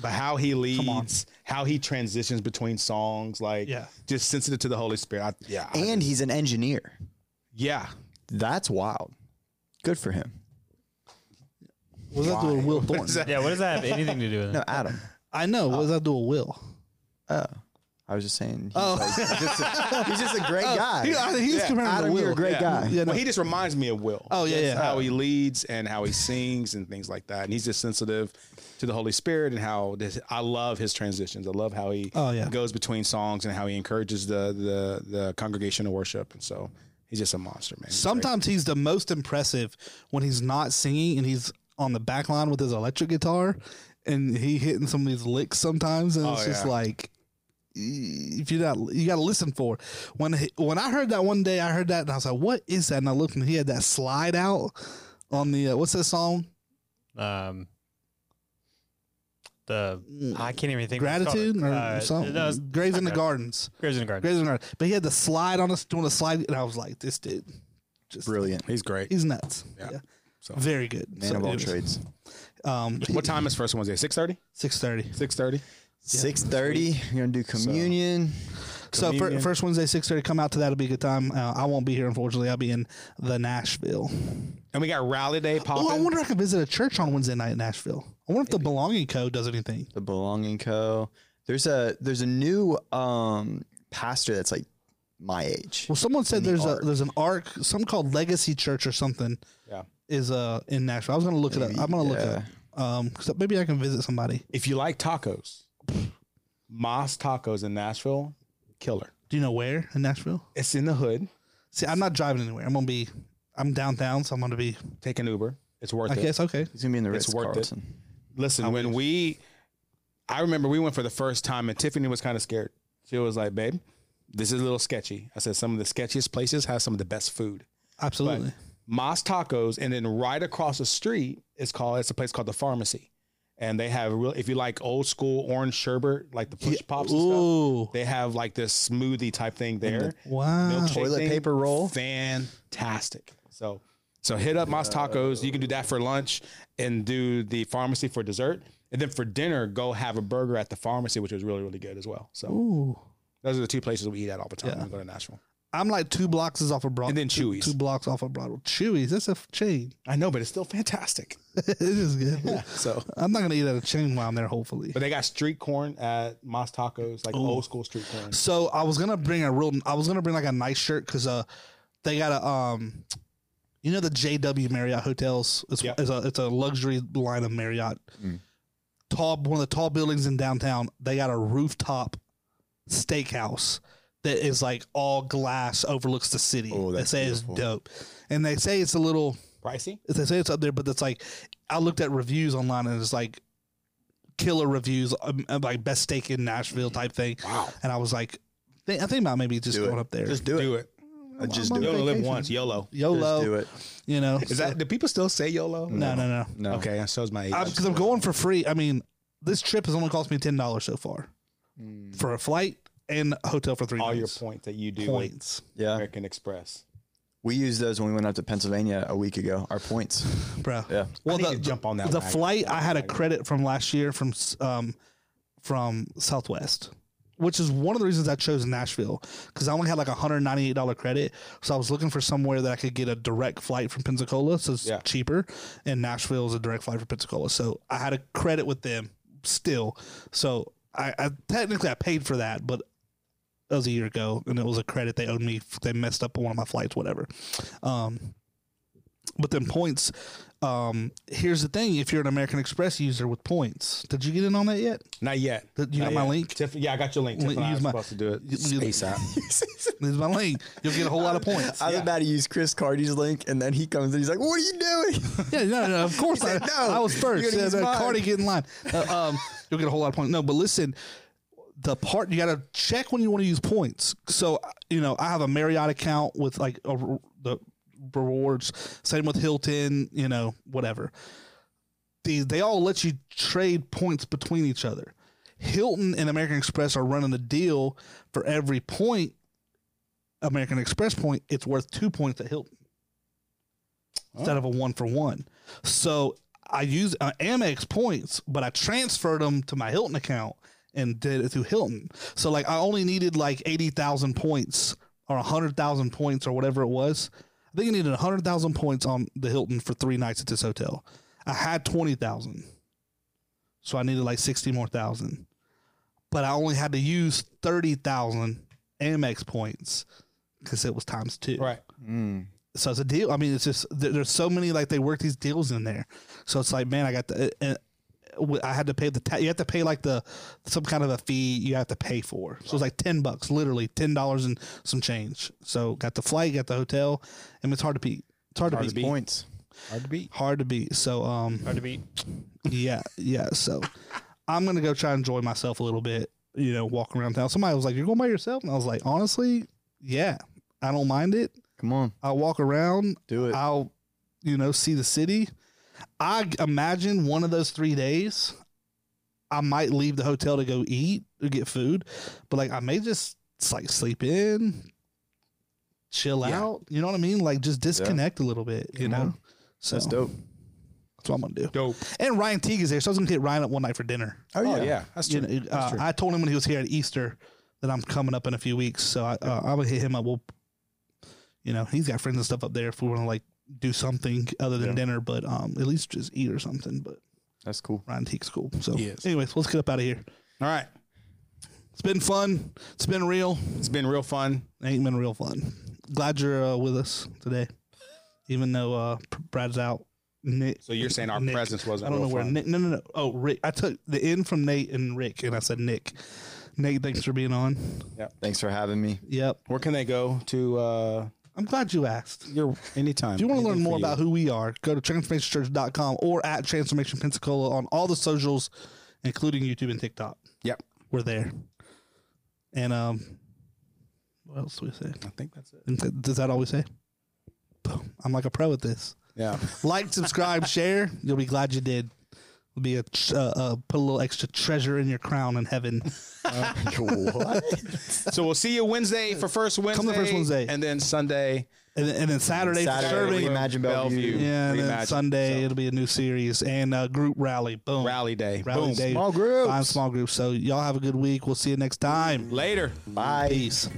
[SPEAKER 2] But how he
[SPEAKER 1] on.
[SPEAKER 2] leads, how he transitions between songs, like
[SPEAKER 1] Yeah.
[SPEAKER 2] just sensitive to the Holy Spirit. I, yeah. I-
[SPEAKER 3] And he's an engineer.
[SPEAKER 2] yeah.
[SPEAKER 3] That's wild. Good for him.
[SPEAKER 1] What does that do with Will
[SPEAKER 2] What is
[SPEAKER 1] Thornton?
[SPEAKER 4] yeah. What does that have anything to do with it?
[SPEAKER 3] No, Adam.
[SPEAKER 1] I know. What does that do with Will?
[SPEAKER 3] Oh, I was just saying. He's, oh. just a, he's just a great
[SPEAKER 1] Oh,
[SPEAKER 3] guy.
[SPEAKER 1] He- I- he's comparing him to
[SPEAKER 3] Adam,
[SPEAKER 1] Will.
[SPEAKER 3] you're a great
[SPEAKER 2] Yeah.
[SPEAKER 3] guy.
[SPEAKER 1] Yeah, no.
[SPEAKER 2] Well, he just reminds me of Will.
[SPEAKER 1] Oh, yeah,
[SPEAKER 2] Just
[SPEAKER 1] yeah.
[SPEAKER 2] How he leads and how he sings and things like that. And he's just sensitive to the Holy Spirit and how this, I love his transitions. I love how he
[SPEAKER 1] Oh, yeah.
[SPEAKER 2] goes between songs and how he encourages the the the congregation to worship. And so he's just a monster, man. He's great.
[SPEAKER 1] Sometimes he's the most impressive when he's not singing and he's on the back line with his electric guitar and he hitting some of these licks sometimes and it's
[SPEAKER 2] Oh,
[SPEAKER 1] just
[SPEAKER 2] yeah.
[SPEAKER 1] like if you're not you got to listen for it. when he- when I heard that one day I heard that and I was like what is that and I looked and he had that slide out on the uh, what's that song
[SPEAKER 4] Um, the I can't even think. what it's called.
[SPEAKER 1] gratitude or
[SPEAKER 4] Uh,
[SPEAKER 1] something
[SPEAKER 4] no, it's
[SPEAKER 1] Graves in the
[SPEAKER 4] okay.
[SPEAKER 1] Gardens
[SPEAKER 4] Graves in the Garden.
[SPEAKER 1] Graves in the Gardens but he had the slide on us doing a slide and I was like this dude just
[SPEAKER 3] Brilliant.
[SPEAKER 2] he's great.
[SPEAKER 1] he's nuts yeah,
[SPEAKER 2] Yeah. So-
[SPEAKER 1] very good
[SPEAKER 3] Man
[SPEAKER 1] So
[SPEAKER 3] of all
[SPEAKER 1] anyways,
[SPEAKER 3] trades.
[SPEAKER 1] um
[SPEAKER 2] What time is first Wednesday? 6.30?
[SPEAKER 1] six thirty
[SPEAKER 2] 6.30?
[SPEAKER 3] 6.30. You're going to do communion.
[SPEAKER 1] So fir-
[SPEAKER 2] Communion.
[SPEAKER 1] first Wednesday, six thirty. Come out to that; it'll be a good time. Uh, I won't be here, unfortunately. I'll be in the Nashville.
[SPEAKER 2] And we got Rally Day popping.
[SPEAKER 1] Oh, I wonder if I could visit a church on Wednesday night in Nashville. I wonder if the Belonging Code does anything.
[SPEAKER 3] the Belonging Co. There's a there's a new um pastor that's like my age.
[SPEAKER 1] Well, someone said
[SPEAKER 3] in the
[SPEAKER 1] there's
[SPEAKER 3] arc.
[SPEAKER 1] a there's an arc, something called Legacy Church or something.
[SPEAKER 2] Yeah.
[SPEAKER 1] is uh in Nashville. I was gonna look it
[SPEAKER 3] Maybe,
[SPEAKER 1] up. I'm gonna look it
[SPEAKER 3] yeah.
[SPEAKER 1] up. Um, 'cause maybe I can visit somebody.
[SPEAKER 2] If you like tacos, Moss Tacos in Nashville, killer.
[SPEAKER 1] Do you know where in Nashville?
[SPEAKER 2] It's in the hood.
[SPEAKER 1] See, I'm not driving anywhere. I'm gonna be. I'm downtown, so I'm gonna be.
[SPEAKER 2] Take an Uber. It's worth
[SPEAKER 1] I
[SPEAKER 2] it.
[SPEAKER 1] guess okay.
[SPEAKER 3] He's gonna be in the
[SPEAKER 2] It's
[SPEAKER 3] Ritz
[SPEAKER 2] worth it.
[SPEAKER 3] Carlton.
[SPEAKER 2] Listen, when we, I remember we went for the first time, and Tiffany was kind of scared. She was like, "Babe, this is a little sketchy." I said, "Some of the sketchiest places have some of the best food."
[SPEAKER 1] Absolutely.
[SPEAKER 2] Mas Tacos, and then right across the street is called it's a place called the Pharmacy, and they have real if you like old school orange sherbet, like the push pops and stuff.
[SPEAKER 1] Ooh.
[SPEAKER 2] They have like this smoothie type thing there.
[SPEAKER 1] Wow.
[SPEAKER 2] Milkshake
[SPEAKER 3] Toilet
[SPEAKER 2] thing,
[SPEAKER 3] paper roll.
[SPEAKER 2] fantastic. So, so hit up Mas Tacos. You can do that for lunch, and do the Pharmacy for dessert, and then for dinner, go have a burger at the Pharmacy, which was really really good as well. So
[SPEAKER 1] Ooh.
[SPEAKER 2] those are the two places we eat at all the time
[SPEAKER 1] Yeah.
[SPEAKER 2] when we go to Nashville.
[SPEAKER 1] I'm like two blocks is off of Broadway.
[SPEAKER 2] And then Chewy's.
[SPEAKER 1] Two, blocks off of Broadway. Chewy's. That's a f- chain.
[SPEAKER 2] I know, Oh, but it's still fantastic.
[SPEAKER 1] it is good.
[SPEAKER 2] So.
[SPEAKER 1] I'm not gonna eat at a chain while I'm there. Hopefully.
[SPEAKER 2] But they got street corn at Moss Tacos, like old school street corn.
[SPEAKER 1] So I was gonna bring a real. I was gonna bring like a nice shirt because uh, they got a um, you know the JW Marriott hotels. It's
[SPEAKER 2] Yep.
[SPEAKER 1] it's a it's a luxury line of Marriott.
[SPEAKER 3] Mm.
[SPEAKER 1] Tall one of the tall buildings in downtown. They got a rooftop steakhouse that is like all glass, overlooks the city.
[SPEAKER 3] Oh,
[SPEAKER 1] they
[SPEAKER 3] that's
[SPEAKER 1] say
[SPEAKER 3] beautiful.
[SPEAKER 1] it's dope, and they say it's a little.
[SPEAKER 2] Pricey?
[SPEAKER 1] They say it's up there, but it's like I looked at reviews online and it's like killer reviews, um, uh, like best steak in Nashville type thing.
[SPEAKER 2] Wow.
[SPEAKER 1] And I was like, think, I think about maybe just
[SPEAKER 3] Do it.
[SPEAKER 1] going up there.
[SPEAKER 3] Just do, it.
[SPEAKER 2] Do it.
[SPEAKER 3] Uh, Just
[SPEAKER 1] I'm
[SPEAKER 3] do
[SPEAKER 2] You
[SPEAKER 1] on
[SPEAKER 3] it.
[SPEAKER 2] only live
[SPEAKER 1] vacation.
[SPEAKER 2] once. YOLO.
[SPEAKER 1] YOLO,
[SPEAKER 3] Just do it.
[SPEAKER 1] you know.
[SPEAKER 2] Is that do people still say YOLO?
[SPEAKER 1] no, no, no?
[SPEAKER 3] No.
[SPEAKER 2] Okay, that shows my age.
[SPEAKER 1] Because I'm going for free. I mean, this trip has only cost me ten dollars so far
[SPEAKER 3] Mm,
[SPEAKER 1] for a flight and a hotel for three
[SPEAKER 2] Hmm. all your
[SPEAKER 1] nights.
[SPEAKER 2] points that you do with
[SPEAKER 1] points,
[SPEAKER 3] Yeah.
[SPEAKER 2] American Express.
[SPEAKER 3] We used those when we went up to Pennsylvania a week ago. Our points.
[SPEAKER 1] bro.
[SPEAKER 3] Yeah.
[SPEAKER 1] Well,
[SPEAKER 2] need
[SPEAKER 1] the,
[SPEAKER 2] to jump on that
[SPEAKER 1] The
[SPEAKER 2] wagon.
[SPEAKER 1] flight I had a credit from last year from s- um from Southwest, which is one of the reasons I chose Nashville because I only had like a hundred ninety eight dollar credit, so I was looking for somewhere that I could get a direct flight from Pensacola, so it's
[SPEAKER 2] Yeah.
[SPEAKER 1] cheaper, and Nashville is a direct flight from Pensacola, so I had a credit with them still, so I, I technically I paid for that, but. That was a year ago, and it was a credit they owed me. They messed up on one of my flights, whatever. Um, but then points. Um, here's the thing: if you're an American Express user with points, did you get in on that yet?
[SPEAKER 2] Not yet.
[SPEAKER 1] Did you
[SPEAKER 2] Not
[SPEAKER 1] got my
[SPEAKER 2] yet.
[SPEAKER 1] link?
[SPEAKER 2] Tiff- yeah, I got your link.
[SPEAKER 1] Well,
[SPEAKER 2] Tiff and I
[SPEAKER 1] use
[SPEAKER 2] are
[SPEAKER 1] my-
[SPEAKER 2] supposed to do it.
[SPEAKER 1] you-
[SPEAKER 2] ASAP.
[SPEAKER 1] There's my link. You'll get a whole lot of points.
[SPEAKER 3] I was about to use Chris Cardi's link, and then he comes and he's like, "What are you doing?"
[SPEAKER 1] Yeah, no, no, of course I.
[SPEAKER 3] said, "No,
[SPEAKER 1] I was
[SPEAKER 3] you're
[SPEAKER 1] first.
[SPEAKER 3] gonna
[SPEAKER 1] Yeah,
[SPEAKER 3] use
[SPEAKER 1] no,
[SPEAKER 3] mine."
[SPEAKER 1] Cardi, get in line. Uh, um, you'll get a whole lot of points. No, but listen, the part you got to check when you want to use points. So uh, you know, I have a Marriott account with like a, re- the rewards. Same with Hilton. You know, whatever. The, they all let you trade points between each other. Hilton and American Express are running a deal for every point. American Express point, it's worth two points at Hilton instead of a one for one. So I used uh, Amex points, but I transferred them to my Hilton account and did it through Hilton. So like I only needed like eighty thousand points or hundred thousand points or whatever it was. I think I needed hundred thousand points on the Hilton for three nights at this hotel. I had twenty thousand, so I needed like sixty more thousand. But I only had to use thirty thousand Amex points because it was times two
[SPEAKER 2] Right.
[SPEAKER 3] Mm.
[SPEAKER 1] so it's a deal. I mean, it's just there, there's so many like they work these deals in there. So it's like, man, I got the. Uh, uh, I had to pay the tax. You have to pay like the some kind of a fee you have to pay for. So it's like ten bucks, literally ten dollars and some change. So got the flight, got the hotel, and it's hard to beat. It's hard,
[SPEAKER 2] Hard
[SPEAKER 1] to
[SPEAKER 2] to
[SPEAKER 1] beat.
[SPEAKER 2] beat.
[SPEAKER 3] Points.
[SPEAKER 2] Hard to beat.
[SPEAKER 1] Hard to beat. So um,
[SPEAKER 4] Hard to beat.
[SPEAKER 1] yeah, yeah. So I'm gonna go try and enjoy myself a little bit. You know, walk around town. Somebody was like, "You're going by yourself," and I was like, "Honestly, yeah, I don't mind it.
[SPEAKER 3] Come on,
[SPEAKER 1] I'll walk around.
[SPEAKER 3] do it.
[SPEAKER 1] I'll, you know, see the city. I g- imagine one of those three days, I might leave the hotel to go eat or get food, but like I may just s- like sleep in, chill
[SPEAKER 2] Yeah.
[SPEAKER 1] out. You know what I mean? Like just disconnect a little bit. You
[SPEAKER 3] Come
[SPEAKER 1] know,
[SPEAKER 3] on.
[SPEAKER 1] so
[SPEAKER 3] That's
[SPEAKER 1] that's,
[SPEAKER 3] dope.
[SPEAKER 1] what I'm gonna do.
[SPEAKER 2] Dope.
[SPEAKER 1] And Ryan Teague is there, so I was gonna hit Ryan up one night for dinner.
[SPEAKER 2] Oh, yeah. That's true.
[SPEAKER 1] You know, uh, I told him when he was here at Easter that I'm coming up in a few weeks, so I, uh, I'm gonna hit him up. We'll, you know, he's got friends and stuff up there if we want to like do something other than
[SPEAKER 3] Yeah.
[SPEAKER 1] dinner, but um, at least just eat or something. But
[SPEAKER 3] That's cool.
[SPEAKER 1] Ryan Teague's cool. So,
[SPEAKER 2] He is.
[SPEAKER 1] anyways, let's get up out of here.
[SPEAKER 2] All right.
[SPEAKER 1] It's been fun. It's been real.
[SPEAKER 2] It's been real fun.
[SPEAKER 1] It ain't been real fun. Glad you're uh, with us today, even though uh, Brad's out. Nick,
[SPEAKER 2] So you're saying our
[SPEAKER 1] Nick.
[SPEAKER 2] presence
[SPEAKER 1] I
[SPEAKER 2] wasn't
[SPEAKER 1] don't know
[SPEAKER 2] real
[SPEAKER 1] where
[SPEAKER 2] fun.
[SPEAKER 1] Nick. No, no, no. Oh, Rick. I took the end from Nate and Rick, and I said Nick. Nate, thanks for being on.
[SPEAKER 3] Thanks for having me.
[SPEAKER 1] Yep.
[SPEAKER 2] Where can they go to uh,
[SPEAKER 1] I'm glad you asked.
[SPEAKER 2] your anytime?
[SPEAKER 1] If you want to learn more about who we are, go to transformationchurch.com or at Transformation Pensacola on all the socials, including YouTube and TikTok.
[SPEAKER 2] Yep.
[SPEAKER 1] We're there. And um, what else do we say?
[SPEAKER 2] I think that's it.
[SPEAKER 1] And th- Does that all we say? Boom. I'm like a pro at this.
[SPEAKER 2] Yeah.
[SPEAKER 1] Like, subscribe, share. You'll be glad you did. It'll be a tr- uh, uh, put a little extra treasure in your crown in heaven. Uh,
[SPEAKER 3] what?
[SPEAKER 2] so we'll see you Wednesday for first Wednesday.
[SPEAKER 1] the first Wednesday.
[SPEAKER 2] and then Sunday.
[SPEAKER 1] And, then- and then Saturday, for
[SPEAKER 3] Saturday,
[SPEAKER 1] serving.
[SPEAKER 3] Reimagine Bellevue.
[SPEAKER 2] Bellevue.
[SPEAKER 1] Yeah, and then
[SPEAKER 2] Reimagine.
[SPEAKER 1] Sunday
[SPEAKER 2] So,
[SPEAKER 1] it'll be a new series and uh, group rally. Boom.
[SPEAKER 2] rally day.
[SPEAKER 1] Rally
[SPEAKER 2] Boom.
[SPEAKER 1] day.
[SPEAKER 3] Small groups.
[SPEAKER 1] Find small groups. So y'all have a good week. We'll see you next time.
[SPEAKER 2] Later.
[SPEAKER 3] Bye.
[SPEAKER 1] Peace.